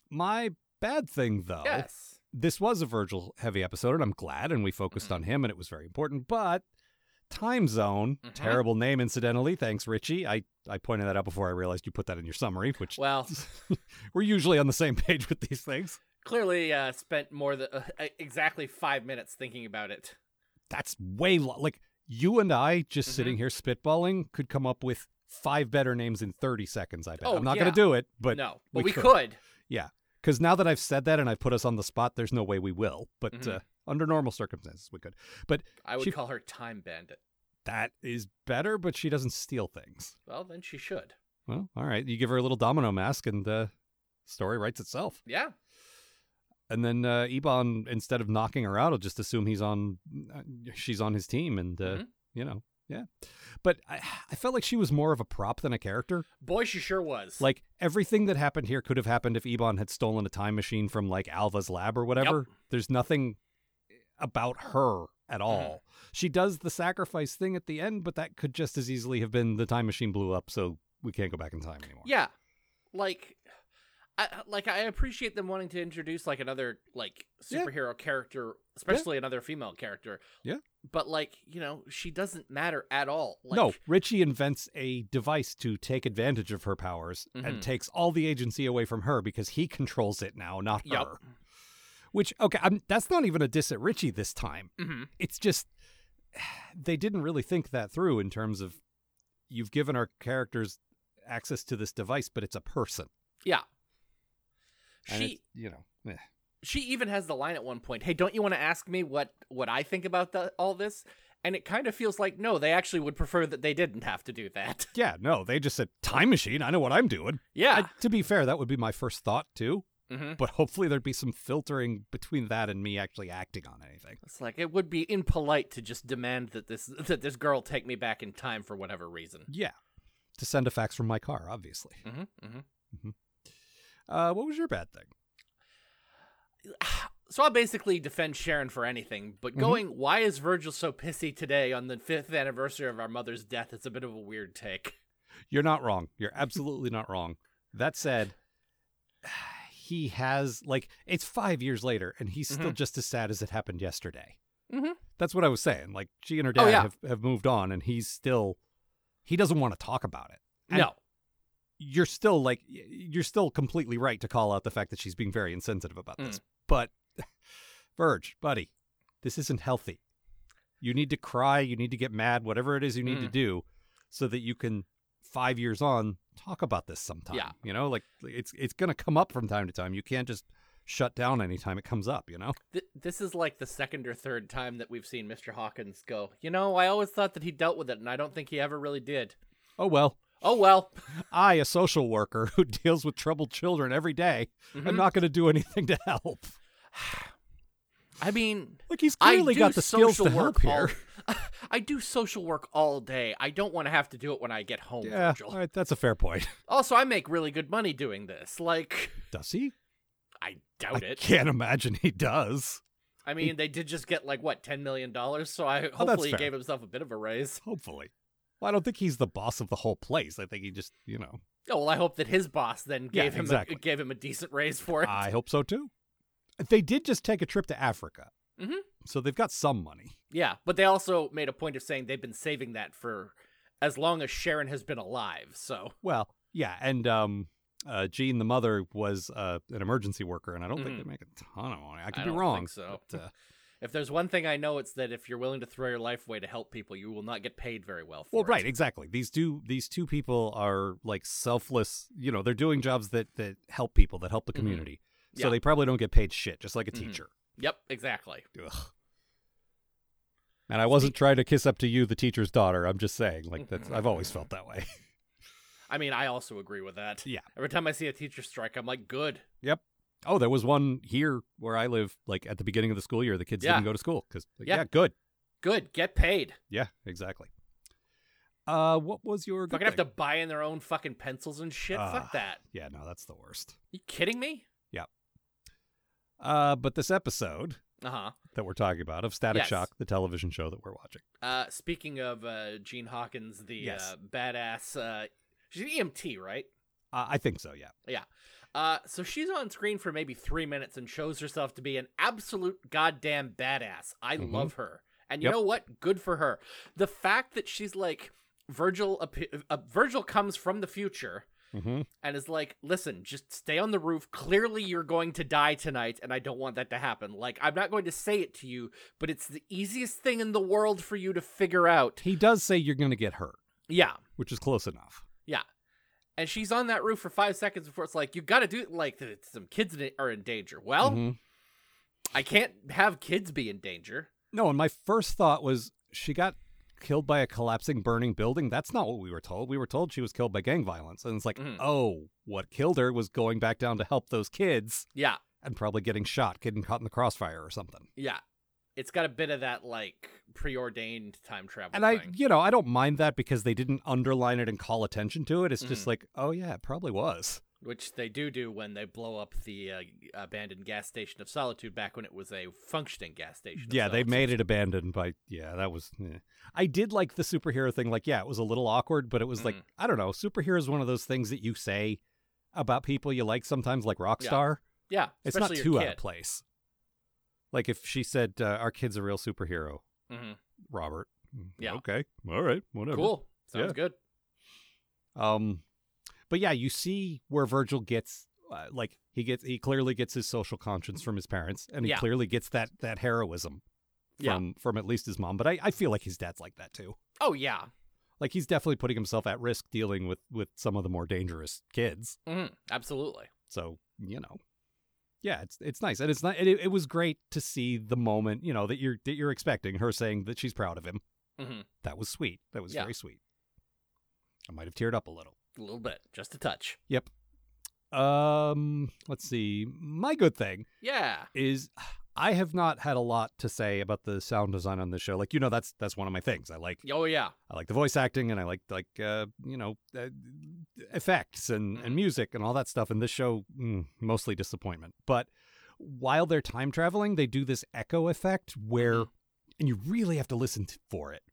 Speaker 3: my bad thing though.
Speaker 4: Yes.
Speaker 3: This was a Virgil heavy episode, and I'm glad, and we
Speaker 4: Mm-hmm.
Speaker 3: focused on him, and it was very important. But time zone,
Speaker 4: Mhm.
Speaker 3: terrible name, incidentally. Thanks, Richie. I I pointed that out before I realized you put that in your summary, which
Speaker 4: Well,
Speaker 3: we're usually on the same page with these things.
Speaker 4: clearly uh, spent more than uh, exactly five minutes thinking about it.
Speaker 3: That's way lo- like you and I just
Speaker 4: Mhm.
Speaker 3: sitting here spitballing could come up with five better names in 30 seconds. I bet
Speaker 4: Oh,
Speaker 3: I'm not
Speaker 4: yeah.
Speaker 3: going to do it, but
Speaker 4: no,
Speaker 3: we
Speaker 4: but we
Speaker 3: could.
Speaker 4: could.
Speaker 3: yeah, because now that I've said that and I put us on the spot, there's no way we will. But
Speaker 4: Mhm.
Speaker 3: uh, under normal circumstances, we could. But
Speaker 4: I would
Speaker 3: She-
Speaker 4: call her time bandit.
Speaker 3: that is better. But she doesn't steal things.
Speaker 4: Well, then she should.
Speaker 3: Well, all right, you give her a little domino mask, and uh, story writes itself.
Speaker 4: Yeah.
Speaker 3: And then uh, Ebon, instead of knocking her out, will just assume he's on, uh, she's on his team, and uh,
Speaker 4: Mhm.
Speaker 3: you know, yeah. But I, I felt like she was more of a prop than a character.
Speaker 4: Boy, she sure was.
Speaker 3: Like everything that happened here could have happened if Ebon had stolen a time machine from like Alva's lab or whatever. There's nothing about her at all. She does the sacrifice thing at the end, but that could just as easily have been the time machine blew up, so we can't go back in time anymore.
Speaker 4: yeah, like, I like I appreciate them wanting to introduce like another like
Speaker 3: Yeah.
Speaker 4: superhero character, especially another female character.
Speaker 3: Yeah.
Speaker 4: But like you know, she doesn't matter at all. Like,
Speaker 3: no, Richie invents a device to take advantage of her powers and
Speaker 4: Mhm.
Speaker 3: takes all the agency away from her because he controls it now, not
Speaker 4: Yup.
Speaker 3: her. Which okay, I'm, that's not even a diss at Richie this time.
Speaker 4: Mhm.
Speaker 3: It's just they didn't really think that through in terms of you've given our characters access to this device, but it's a person.
Speaker 4: Yeah.
Speaker 3: And
Speaker 4: She
Speaker 3: it's, you know, eh.
Speaker 4: she even has the line at one point hey don't you want to ask me what what i think about the, all this and it kind of feels like no they actually would prefer that they didn't have to do that
Speaker 3: yeah, no, they just said time machine. I know what I'm doing.
Speaker 4: yeah
Speaker 3: I- to be fair, that would be my first thought too.
Speaker 4: hmm
Speaker 3: but hopefully there'd be some filtering between that and me actually acting on anything.
Speaker 4: it's like it would be impolite to just demand that this that this girl take me back in time for whatever reason
Speaker 3: Yeah. To send a fax from my car, obviously.
Speaker 4: hmm hmm
Speaker 3: Uh, what was your bad thing?
Speaker 4: so i'll basically defend sharon for anything but going why is virgil so pissy today on the fifth anniversary of our mother's death it's a bit of a weird take
Speaker 3: You're not wrong. You're absolutely not wrong. That said, he has, like, it's five years later, and he's
Speaker 4: Mm-hmm.
Speaker 3: still just as sad as it happened yesterday.
Speaker 4: Mhm.
Speaker 3: That's what I was saying. Like, she and her
Speaker 4: Oh,
Speaker 3: dad
Speaker 4: yeah.
Speaker 3: have, have moved on, and he's still, he doesn't want to talk about it. And
Speaker 4: no
Speaker 3: you're still like y- you're still completely right to call out the fact that she's being very insensitive about
Speaker 4: Mm.
Speaker 3: this. But Verge, buddy, this isn't healthy. You need to cry, you need to get mad, whatever it is you need to
Speaker 4: Mm.
Speaker 3: do so that you can 5 years on talk about this sometime.
Speaker 4: Yeah.
Speaker 3: You know, like it's it's going to come up from time to time. You can't just shut down anytime it comes up, you know?
Speaker 4: Th- this is like the second or third time that we've seen Mr. Hawkins go, you know, I always thought that he dealt with it, and I don't think he ever really did.
Speaker 3: Oh well.
Speaker 4: Oh, well.
Speaker 3: I, a social worker who deals with troubled children every day, I'm
Speaker 4: Mm-hmm.
Speaker 3: not going to do anything to help.
Speaker 4: I mean,
Speaker 3: Like he's
Speaker 4: I
Speaker 3: clearly
Speaker 4: do
Speaker 3: got the skills
Speaker 4: social
Speaker 3: to help
Speaker 4: work
Speaker 3: here.
Speaker 4: all- I do social work all day. I don't want to have to do it when I get home,
Speaker 3: Yeah,
Speaker 4: Oh, Virgil.
Speaker 3: all right, that's a fair point.
Speaker 4: Also, I make really good money doing this. Like,
Speaker 3: Does he?
Speaker 4: I doubt
Speaker 3: I
Speaker 4: it.
Speaker 3: can't imagine he does.
Speaker 4: I mean, they did just get like what ten million dollars, so I
Speaker 3: Oh, that's
Speaker 4: hopefully he
Speaker 3: fair.
Speaker 4: gave himself a bit of a raise.
Speaker 3: Hopefully. Well, I don't think he's the boss of the whole place. I think he just, you know,
Speaker 4: Oh well, I hope that his boss then
Speaker 3: Yeah,
Speaker 4: gave him
Speaker 3: exactly.
Speaker 4: a, gave him a decent raise for it.
Speaker 3: I hope so too. They did just take a trip to Africa,
Speaker 4: Mhm.
Speaker 3: so they've got some money.
Speaker 4: Yeah, but they also made a point of saying they've been saving that for as long as Sharon has been alive. So,
Speaker 3: Well, yeah, and um, uh, Jean, the mother, was uh, an emergency worker, and I don't think they
Speaker 4: Mhm.
Speaker 3: make a ton of money. I could
Speaker 4: I
Speaker 3: be
Speaker 4: don't think
Speaker 3: wrong.
Speaker 4: so.
Speaker 3: but, uh,
Speaker 4: if there's one thing I know, it's that if you're willing to throw your life away to help people, you will not get paid very well for
Speaker 3: well,
Speaker 4: it.
Speaker 3: right, exactly. These two, these two people are like selfless. You know, they're doing jobs that that help people, that help the community. So
Speaker 4: Mm-hmm. Yeah.
Speaker 3: they probably don't get paid shit, just like a
Speaker 4: Mhm.
Speaker 3: teacher.
Speaker 4: Yep, exactly.
Speaker 3: Ugh. And I wasn't trying to kiss up to you, the teacher's daughter. I'm just saying, like that's I've always felt that way.
Speaker 4: I mean, I also agree with that.
Speaker 3: Yeah.
Speaker 4: Every time I see a teacher strike, I'm like, good.
Speaker 3: Yep. Oh, there was one here where I live. Like at the beginning of the school year, the kids
Speaker 4: Yeah.
Speaker 3: didn't go to school because
Speaker 4: Yeah.
Speaker 3: yeah. good.
Speaker 4: Good, get paid.
Speaker 3: Yeah, exactly. Uh, what was your? good
Speaker 4: Fucking have to
Speaker 3: thing?
Speaker 4: buy in their own fucking pencils and shit.
Speaker 3: Ah.
Speaker 4: Fuck that.
Speaker 3: Yeah, no, that's the worst.
Speaker 4: You kidding me?
Speaker 3: Uh, but this episode
Speaker 4: Uh-huh.
Speaker 3: that we're talking about of Static
Speaker 4: Yes.
Speaker 3: Shock, the television show that we're watching.
Speaker 4: Uh speaking of uh Gene Hawkins, the
Speaker 3: Yes.
Speaker 4: uh, badass uh she's an EMT, right?
Speaker 3: Uh, I think so. Yeah.
Speaker 4: Yeah. Uh, so she's on screen for maybe three minutes and shows herself to be an absolute goddamn badass. I
Speaker 3: Mhm.
Speaker 4: love her. And you
Speaker 3: Yep.
Speaker 4: know what? Good for her. The fact that she's like Virgil, appe- uh, Virgil comes from the future
Speaker 3: Mm-hmm.
Speaker 4: and is like, listen, just stay on the roof. Clearly, you're going to die tonight, and I don't want that to happen. Like, I'm not going to say it to you, but it's the easiest thing in the world for you to figure out.
Speaker 3: He does say you're going to get hurt,
Speaker 4: Yeah.
Speaker 3: which is close enough.
Speaker 4: Yeah. And she's on that roof for five seconds before it's like, you gotta do like th- some kids in- are in danger. Well,
Speaker 3: Mhm.
Speaker 4: I can't have kids be in danger.
Speaker 3: No, and my first thought was she got killed by a collapsing, burning building. That's not what we were told. We were told she was killed by gang violence. And it's like,
Speaker 4: Mhm.
Speaker 3: oh, what killed her was going back down to help those kids.
Speaker 4: Yeah.
Speaker 3: and probably getting shot, getting caught in the crossfire or something.
Speaker 4: Yeah. It's got a bit of that like preordained time travel
Speaker 3: And I,
Speaker 4: thing.
Speaker 3: you know, I don't mind that because they didn't underline it and call attention to it. It's just like, oh yeah, it probably was.
Speaker 4: which they do do when they blow up the uh, abandoned gas station of solitude back when it was a functioning gas station. of
Speaker 3: Yeah, they
Speaker 4: Solitude.
Speaker 3: made it abandoned by. Yeah, that was. eh. I did like the superhero thing. Like, yeah, it was a little awkward, but it was like
Speaker 4: Mm-hmm.
Speaker 3: I don't know. Superhero is one of those things that you say about people you like sometimes, like rock
Speaker 4: Yeah.
Speaker 3: star.
Speaker 4: Yeah,
Speaker 3: It's not
Speaker 4: especially
Speaker 3: too
Speaker 4: your
Speaker 3: out
Speaker 4: kid.
Speaker 3: of place. Like if she said, uh, "Our kid's a real superhero,"
Speaker 4: Mhm.
Speaker 3: Robert. Mm,
Speaker 4: Yeah.
Speaker 3: Okay. All right. Whatever.
Speaker 4: Cool. Sounds
Speaker 3: Yeah.
Speaker 4: good.
Speaker 3: Um, but yeah, you see where Virgil gets. Uh, like he gets, he clearly gets his social conscience from his parents, and he
Speaker 4: Yeah.
Speaker 3: clearly gets that that heroism
Speaker 4: Yeah.
Speaker 3: from from at least his mom. But I, I feel like his dad's like that too.
Speaker 4: Oh yeah.
Speaker 3: Like he's definitely putting himself at risk dealing with with some of the more dangerous kids.
Speaker 4: Mhm. Absolutely.
Speaker 3: So you know, yeah, it's it's nice, and it's not. It, it was great to see the moment you know that you're that you're expecting her saying that she's proud of him.
Speaker 4: hmm
Speaker 3: That was sweet. That was
Speaker 4: Yeah.
Speaker 3: very sweet. I might have teared up a little.
Speaker 4: A little bit, just a touch.
Speaker 3: Yep. Um, let's see. My good thing
Speaker 4: Yeah.
Speaker 3: is I have not had a lot to say about the sound design on this show. Like you know, that's that's one of my things. I like
Speaker 4: Oh yeah.
Speaker 3: I like the voice acting, and I like like uh, you know uh, effects and and music and all that stuff. And this show mm, mostly disappointment. But while they're time traveling, they do this echo effect where, and you really have to listen t for it.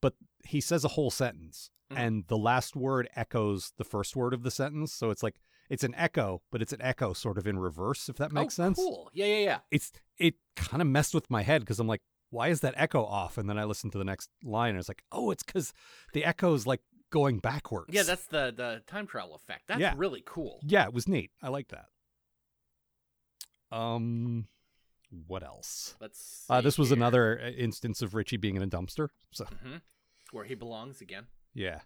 Speaker 3: But he says a whole sentence,
Speaker 4: Mhm.
Speaker 3: and the last word echoes the first word of the sentence. So it's like it's an echo, but it's an echo sort of in reverse. If that makes
Speaker 4: oh,
Speaker 3: sense
Speaker 4: Cool. Yeah, yeah, yeah.
Speaker 3: it's it kind of messed with my head because I'm like, why is that echo off? And then I listened to the next line and it's like, oh, it's because the echo is like going backwards.
Speaker 4: Yeah, that's the the time travel effect. That's
Speaker 3: Yeah.
Speaker 4: really cool.
Speaker 3: yeah, it was neat. I like that. Um, what else?
Speaker 4: Let's.
Speaker 3: Uh,
Speaker 4: see
Speaker 3: this was
Speaker 4: here.
Speaker 3: another uh, instance of Richie being in a dumpster. So
Speaker 4: Mhm. where he belongs again.
Speaker 3: yeah,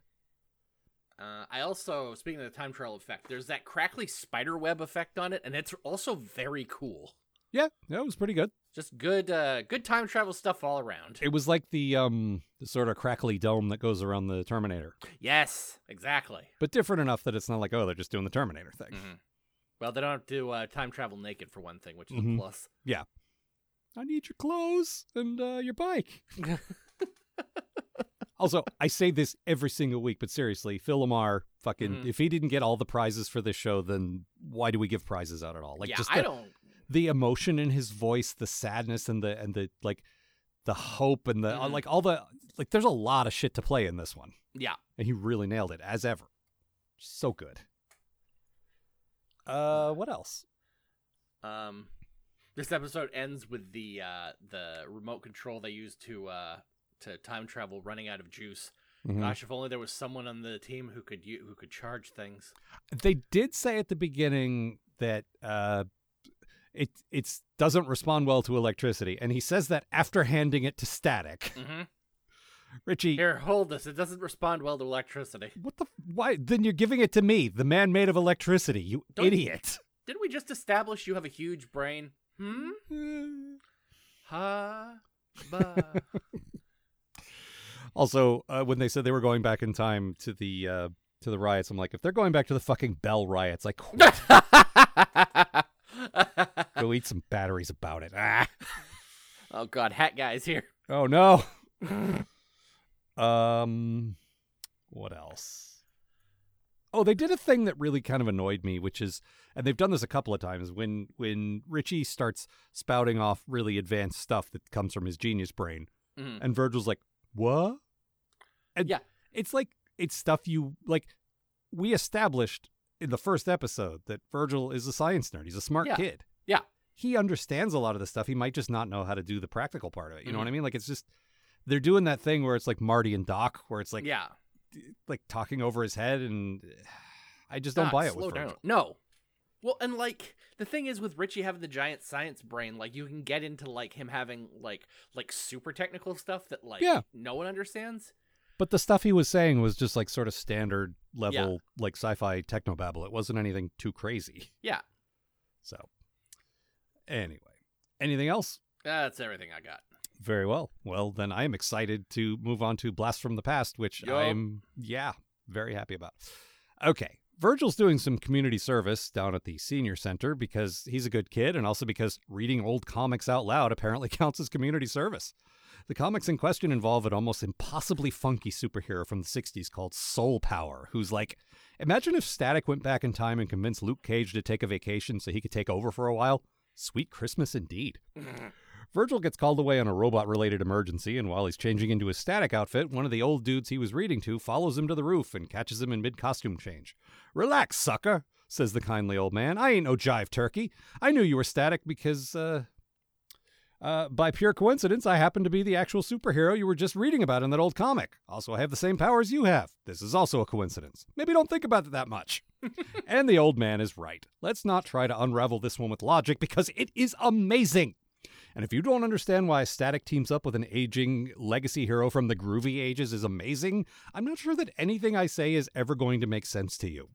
Speaker 4: Uh, I also, speaking of the time travel effect, there's that crackly spider web effect on it, and it's also very cool.
Speaker 3: yeah, that was pretty good.
Speaker 4: Just good, uh, good time travel stuff all around.
Speaker 3: It was like the um the sort of crackly dome that goes around the Terminator,
Speaker 4: Yes, exactly.
Speaker 3: but different enough that it's not like oh they're just doing the Terminator thing.
Speaker 4: Mm-hmm. Well, they don't have to uh, time travel naked for one thing, which is
Speaker 3: Mhm.
Speaker 4: a plus.
Speaker 3: Yeah. I need your clothes and uh, your bike. also, I say this every single week, but seriously, Phil Lamar, fucking,
Speaker 4: Mhm.
Speaker 3: if he didn't get all the prizes for this show, then why do we give prizes out at all? Like,
Speaker 4: yeah,
Speaker 3: just the,
Speaker 4: I don't.
Speaker 3: the emotion in his voice, the sadness, and the and the like, the hope, and the uh,
Speaker 4: Mhm.
Speaker 3: like, all the like. There's a lot of shit to play in this one,
Speaker 4: Yeah,
Speaker 3: and he really nailed it as ever. So good. Uh, what else?
Speaker 4: Um, this episode ends with the uh, the remote control they use to uh, to time travel running out of juice.
Speaker 3: Mhm.
Speaker 4: Gosh, if only there was someone on the team who could u- who could charge things.
Speaker 3: they did say at the beginning that uh, it it's doesn't respond well to electricity, and he says that after handing it to Static.
Speaker 4: Mm-hmm.
Speaker 3: Richie,
Speaker 4: Here, hold this. It doesn't respond well to electricity.
Speaker 3: what the f- why? Then you're giving it to me, the man made of electricity. You
Speaker 4: Don't-
Speaker 3: idiot.
Speaker 4: Didn't we just establish you have a huge brain? Hmm. Ha. Ba.
Speaker 3: Also, uh, when they said they were going back in time to the uh, to the riots, I'm like, if they're going back to the fucking Bell riots, I quit. Go eat some batteries about it. Ah.
Speaker 4: oh God, hat guy's here.
Speaker 3: Oh no. um what else? Oh, they did a thing that really kind of annoyed me, which is and they've done this a couple of times when when Richie starts spouting off really advanced stuff that comes from his genius brain
Speaker 4: Mhm.
Speaker 3: and Virgil's like, "What?" And
Speaker 4: Yeah.
Speaker 3: it's like it's stuff you like we established in the first episode that Virgil is a science nerd. He's a smart
Speaker 4: Yeah.
Speaker 3: kid
Speaker 4: Yeah.
Speaker 3: he understands a lot of the stuff. He might just not know how to do the practical part of it. You
Speaker 4: Mm-hmm.
Speaker 3: know what I mean? Like it's just they're doing that thing where it's like Marty and Doc, where it's like
Speaker 4: yeah.
Speaker 3: like talking over his head, and I just don't
Speaker 4: Doc,
Speaker 3: buy it.
Speaker 4: Slow
Speaker 3: with
Speaker 4: down.
Speaker 3: Virgil.
Speaker 4: No. Well, and like the thing is with Richie having the giant science brain, like you can get into like him having like like super technical stuff that like
Speaker 3: Yeah.
Speaker 4: no one understands.
Speaker 3: But the stuff he was saying was just like sort of standard level, like sci-fi technobabble. It wasn't anything too crazy.
Speaker 4: Yeah,
Speaker 3: So anyway, anything else?
Speaker 4: that's everything I got.
Speaker 3: Very well. Well, then I am excited to move on to Blast from the Past, which
Speaker 4: Yup.
Speaker 3: I'm, yeah, very happy about. Okay. Virgil's doing some community service down at the senior center because he's a good kid and also because reading old comics out loud apparently counts as community service. The comics in question involve an almost impossibly funky superhero from the 60s called Soul Power, who's like, imagine if Static went back in time and convinced Luke Cage to take a vacation so he could take over for a while. Sweet Christmas indeed. Virgil gets called away on a robot related emergency, and while he's changing into his static outfit, one of the old dudes he was reading to follows him to the roof and catches him in mid costume change. Relax, sucker, says the kindly old man. I ain't no jive turkey. I knew you were static because, uh, uh, by pure coincidence, I happen to be the actual superhero you were just reading about in that old comic. Also, I have the same powers you have. This is also a coincidence. Maybe don't think about it that much. and the old man is right. Let's not try to unravel this one with logic because it is amazing. And if you don't understand why Static teams up with an aging legacy hero from the groovy ages is amazing, I'm not sure that anything I say is ever going to make sense to you.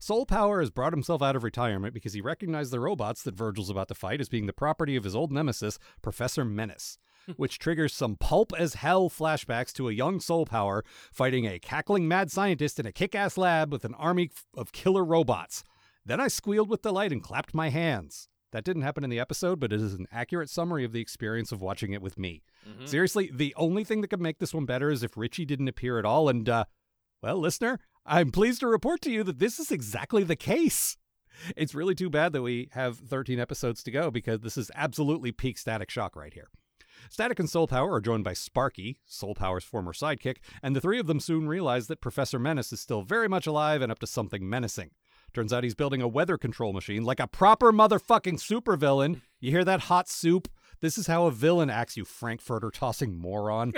Speaker 3: Soul Power has brought himself out of retirement because he recognized the robots that Virgil's about to fight as being the property of his old nemesis, Professor Menace, which triggers some pulp as hell flashbacks to a young Soul Power fighting a cackling mad scientist in a kick ass lab with an army f- of killer robots. Then I squealed with delight and clapped my hands. That didn't happen in the episode, but it is an accurate summary of the experience of watching it with me. Seriously, the only thing that could make this one better is if Richie didn't appear at all. And, uh, well, listener, I'm pleased to report to you that this is exactly the case. It's really too bad that we have 13 episodes to go because this is absolutely peak static shock right here. Static and Soul Power are joined by Sparky, Soul Power's former sidekick, and the three of them soon realize that Professor Menace is still very much alive and up to something menacing. Turns out he's building a weather control machine like a proper motherfucking supervillain. You hear that hot soup? This is how a villain acts, you Frankfurter tossing moron.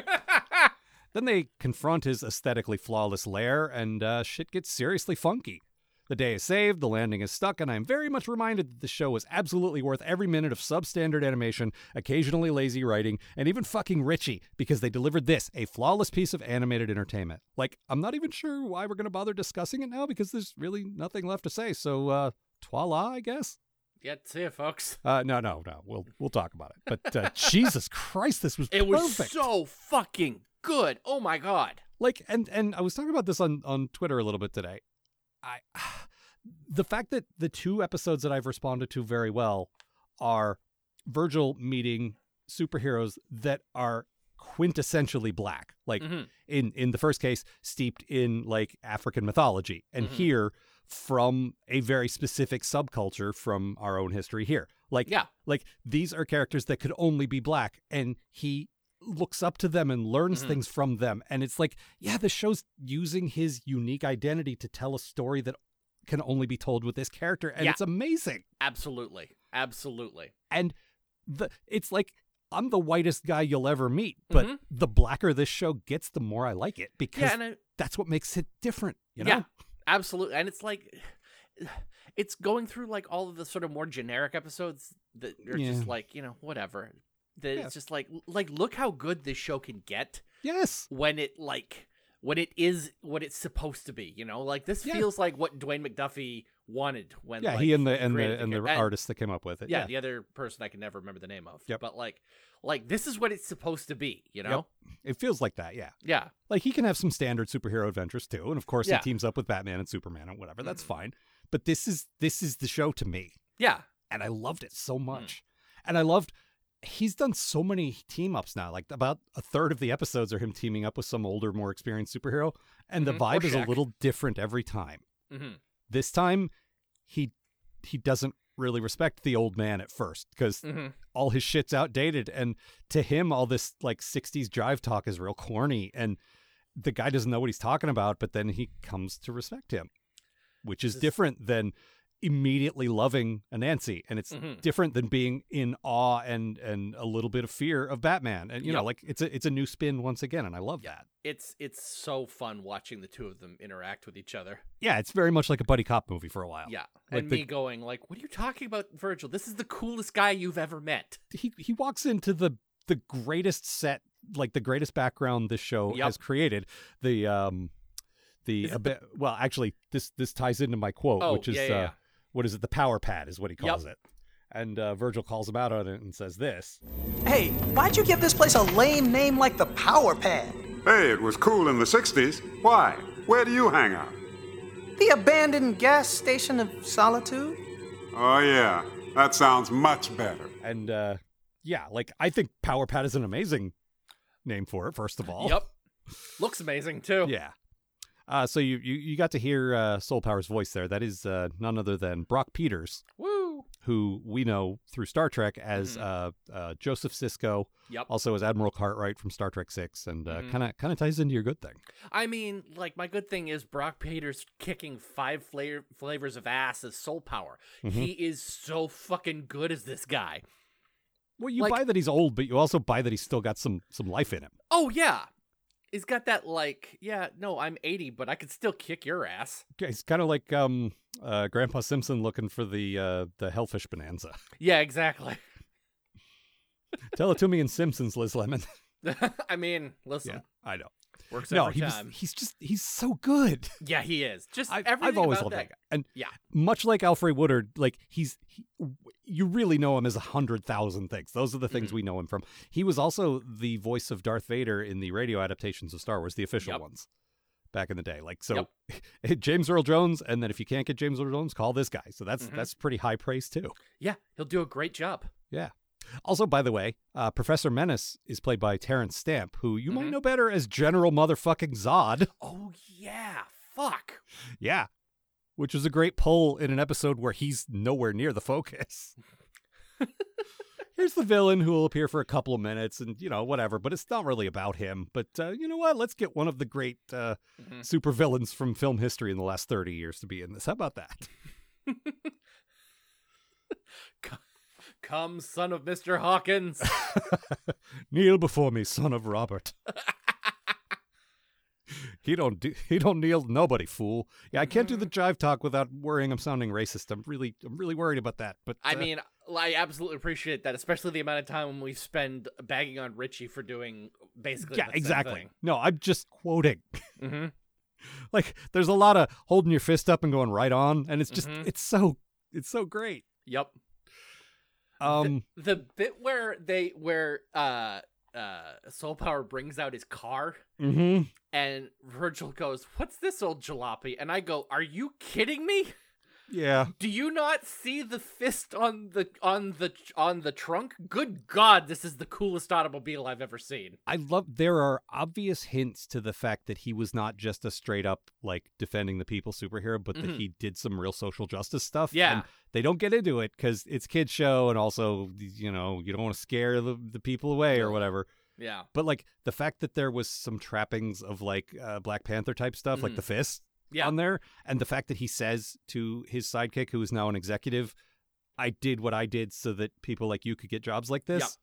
Speaker 3: then they confront his aesthetically flawless lair, and uh, shit gets seriously funky. The day is saved, the landing is stuck, and I am very much reminded that the show is absolutely worth every minute of substandard animation, occasionally lazy writing, and even fucking Richie, because they delivered this, a flawless piece of animated entertainment. Like, I'm not even sure why we're going to bother discussing it now, because there's really nothing left to say, so, uh, voila, I guess?
Speaker 4: Yeah, see ya, folks.
Speaker 3: Uh, no, no, no, we'll, we'll talk about it. But, uh, Jesus Christ, this was
Speaker 4: It was
Speaker 3: perfect.
Speaker 4: so fucking good. Oh my god.
Speaker 3: like and and i was talking about this on on twitter a little bit today i the fact that the two episodes that i've responded to very well are virgil meeting superheroes that are quintessentially black like
Speaker 4: Mhm.
Speaker 3: in in the first case steeped in like african mythology and
Speaker 4: Mm-hmm.
Speaker 3: here from a very specific subculture from our own history here like
Speaker 4: Yeah.
Speaker 3: like these are characters that could only be black and he looks up to them and learns
Speaker 4: Mhm.
Speaker 3: things from them and it's like yeah the show's using his unique identity to tell a story that can only be told with this character and
Speaker 4: Yeah.
Speaker 3: it's amazing
Speaker 4: Absolutely. Absolutely.
Speaker 3: and the it's like I'm the whitest guy you'll ever meet, but
Speaker 4: Mhm.
Speaker 3: the blacker this show gets, the more I like it because
Speaker 4: Yeah, and I,
Speaker 3: that's what makes it different. You know?
Speaker 4: Yeah, absolutely. And it's like it's going through like all of the sort of more generic episodes that are
Speaker 3: Yeah.
Speaker 4: just like, you know, whatever. That
Speaker 3: Yeah.
Speaker 4: it's just like like look how good this show can get
Speaker 3: Yes.
Speaker 4: when it like when it is what it's supposed to be, you know? Like this
Speaker 3: Yeah.
Speaker 4: feels like what Dwayne McDuffie wanted when
Speaker 3: Yeah.
Speaker 4: like,
Speaker 3: he and the and
Speaker 4: created
Speaker 3: the and the
Speaker 4: character.
Speaker 3: artist that came up with it.
Speaker 4: yeah, the other person I can never remember the name of.
Speaker 3: Yep.
Speaker 4: But like like this is what it's supposed to be, you know?
Speaker 3: It feels like that. Yeah.
Speaker 4: Yeah.
Speaker 3: Like he can have some standard superhero adventures too, and of course
Speaker 4: Yeah. Mm.
Speaker 3: he teams up with Batman and Superman and whatever. That's fine. But this is this is the show to me.
Speaker 4: Yeah.
Speaker 3: and I loved it so much. And I loved he's done so many team ups now. Like about a third of the episodes are him teaming up with some older, more experienced superhero, and
Speaker 4: Mhm.
Speaker 3: the
Speaker 4: Or
Speaker 3: vibe is a
Speaker 4: Shaq.
Speaker 3: little different every time.
Speaker 4: Mhm.
Speaker 3: This time, he he doesn't really respect the old man at first because
Speaker 4: Mhm.
Speaker 3: all his shit's outdated, and to him, all this like '60s drive talk is real corny, and the guy doesn't know what he's talking about. But then he comes to respect him, which is
Speaker 4: This-
Speaker 3: different than immediately loving Anansi, and it's
Speaker 4: Mhm.
Speaker 3: different than being in awe and and a little bit of fear of Batman. And you know,
Speaker 4: Yep.
Speaker 3: like it's a it's a new spin once again, and I love that.
Speaker 4: It's it's so fun watching the two of them interact with each other.
Speaker 3: Yeah, it's very much like a buddy cop movie for a while.
Speaker 4: Yeah.
Speaker 3: Oh, Like
Speaker 4: and
Speaker 3: the-
Speaker 4: me going like, "What are you talking about, Virgil? This is the coolest guy you've ever met."
Speaker 3: he he walks into the the greatest set like the greatest background this show
Speaker 4: Yep.
Speaker 3: has created the um the,
Speaker 4: Is it
Speaker 3: a bit, well actually this this ties into my quote
Speaker 4: Oh,
Speaker 3: which is
Speaker 4: yeah,
Speaker 3: uh,
Speaker 4: yeah, yeah.
Speaker 3: what is it the power pad is what he
Speaker 4: Yep.
Speaker 3: calls it and uh, Virgil calls him out on it and says this
Speaker 6: Hey, why'd you give this place a lame name like the Power Pad?
Speaker 7: Hey, it was cool in the 60s. Why? Where do you hang out?
Speaker 6: The abandoned gas station of solitude?
Speaker 7: Oh, yeah. That sounds much better.
Speaker 3: And uh yeah, like I think Power Pat is an amazing name for it, first of all.
Speaker 4: Yep. Looks amazing too.
Speaker 3: Oh. Yeah. Uh, so you, you you got to hear uh, Soul Power's voice there. That is uh, none other than Brock Peters,
Speaker 4: Woo.
Speaker 3: who we know through Star Trek as
Speaker 4: Mm-hmm.
Speaker 3: uh, uh, Joseph Sisko,
Speaker 4: Yep.
Speaker 3: also as Admiral Cartwright from Star Trek Six, and uh,
Speaker 4: Mm-hmm.
Speaker 3: kind of kind of ties into your good thing.
Speaker 4: I mean, like my good thing is Brock Peters kicking five flavor- flavors of ass as soul power.
Speaker 3: Mm-hmm.
Speaker 4: He is so fucking good as this guy.
Speaker 3: Well, you
Speaker 4: Like-
Speaker 3: buy that he's old, but you also buy that he's still got some some life in him.
Speaker 4: Oh yeah. He's got that like, yeah, no, I'm 80, but I could still kick your ass.
Speaker 3: He's kind of like um, uh, Grandpa Simpson looking for the uh, the Hellfish Bonanza.
Speaker 4: Yeah, exactly.
Speaker 3: Tell it to me in Simpsons, Liz Lemon.
Speaker 4: I mean, listen,
Speaker 3: yeah, I know.
Speaker 4: works
Speaker 3: No,
Speaker 4: every
Speaker 3: he was,
Speaker 4: time.
Speaker 3: he's just he's so good.
Speaker 4: Yeah, he is. Just
Speaker 3: I,
Speaker 4: everything
Speaker 3: I've always
Speaker 4: about
Speaker 3: loved
Speaker 4: that guy.
Speaker 3: And
Speaker 4: Yeah.
Speaker 3: much like Alfred Woodard, like he's he, you really know him as a hundred thousand things. Those are the things we know him from. He was also the voice of Darth Vader in the radio adaptations of Star Wars, the official
Speaker 4: Yep.
Speaker 3: ones back in the day. Like so, James Earl Jones, and then if you can't get James Earl Jones, call this guy. So that's that's pretty high praise too.
Speaker 4: Yeah, he'll do a great job.
Speaker 3: Yeah. Also, by the way, uh, Professor Menace is played by Terrence Stamp, who you might know better as General Motherfucking Zod.
Speaker 4: Oh yeah, fuck.
Speaker 3: Yeah. Which was a great pull in an episode where he's nowhere near the focus. Here's the villain who will appear for a couple of minutes and, you know, whatever, but it's not really about him. But uh, you know what? Let's get one of the great uh, supervillains from film history in the last 30 years to be in this. How about that?
Speaker 4: Come, son of Mr. Hawkins.
Speaker 3: Kneel before me, son of Robert. he don't do, he don't kneel to nobody, fool. Yeah, I can't do the jive talk without worrying I'm sounding racist. I'm really I'm really worried about that. But
Speaker 4: I
Speaker 3: uh,
Speaker 4: mean, I absolutely appreciate that, especially the amount of time we spend bagging on Richie for doing basically.
Speaker 3: yeah,
Speaker 4: the same
Speaker 3: exactly.
Speaker 4: thing.
Speaker 3: No, I'm just quoting.
Speaker 4: Mhm.
Speaker 3: like there's a lot of holding your fist up and going right on, and it's just it's so it's so great.
Speaker 4: Yep.
Speaker 3: Um,
Speaker 4: The bit where they where uh uh Soul Power brings out his car
Speaker 3: mhm.
Speaker 4: and Virgil goes, "What's this old jalopy?" And I go, "Are you kidding me?
Speaker 3: yeah,
Speaker 4: Do you not see the fist on the on the on the trunk? Good God, this is the coolest automobile I've ever seen."
Speaker 3: I love. There are obvious hints to the fact that he was not just a straight up like defending the people superhero, but that he did some real social justice stuff.
Speaker 4: Yeah.
Speaker 3: and they don't get into it because it's kids show, and also you know you don't want to scare the, the people away or whatever.
Speaker 4: Yeah.
Speaker 3: But like the fact that there was some trappings of like uh, Black Panther type stuff, like the fist
Speaker 4: Mm. Yeah.
Speaker 3: on there, and the fact that he says to his sidekick, who is now an executive, "I did what I did so that people like you could get jobs like this,"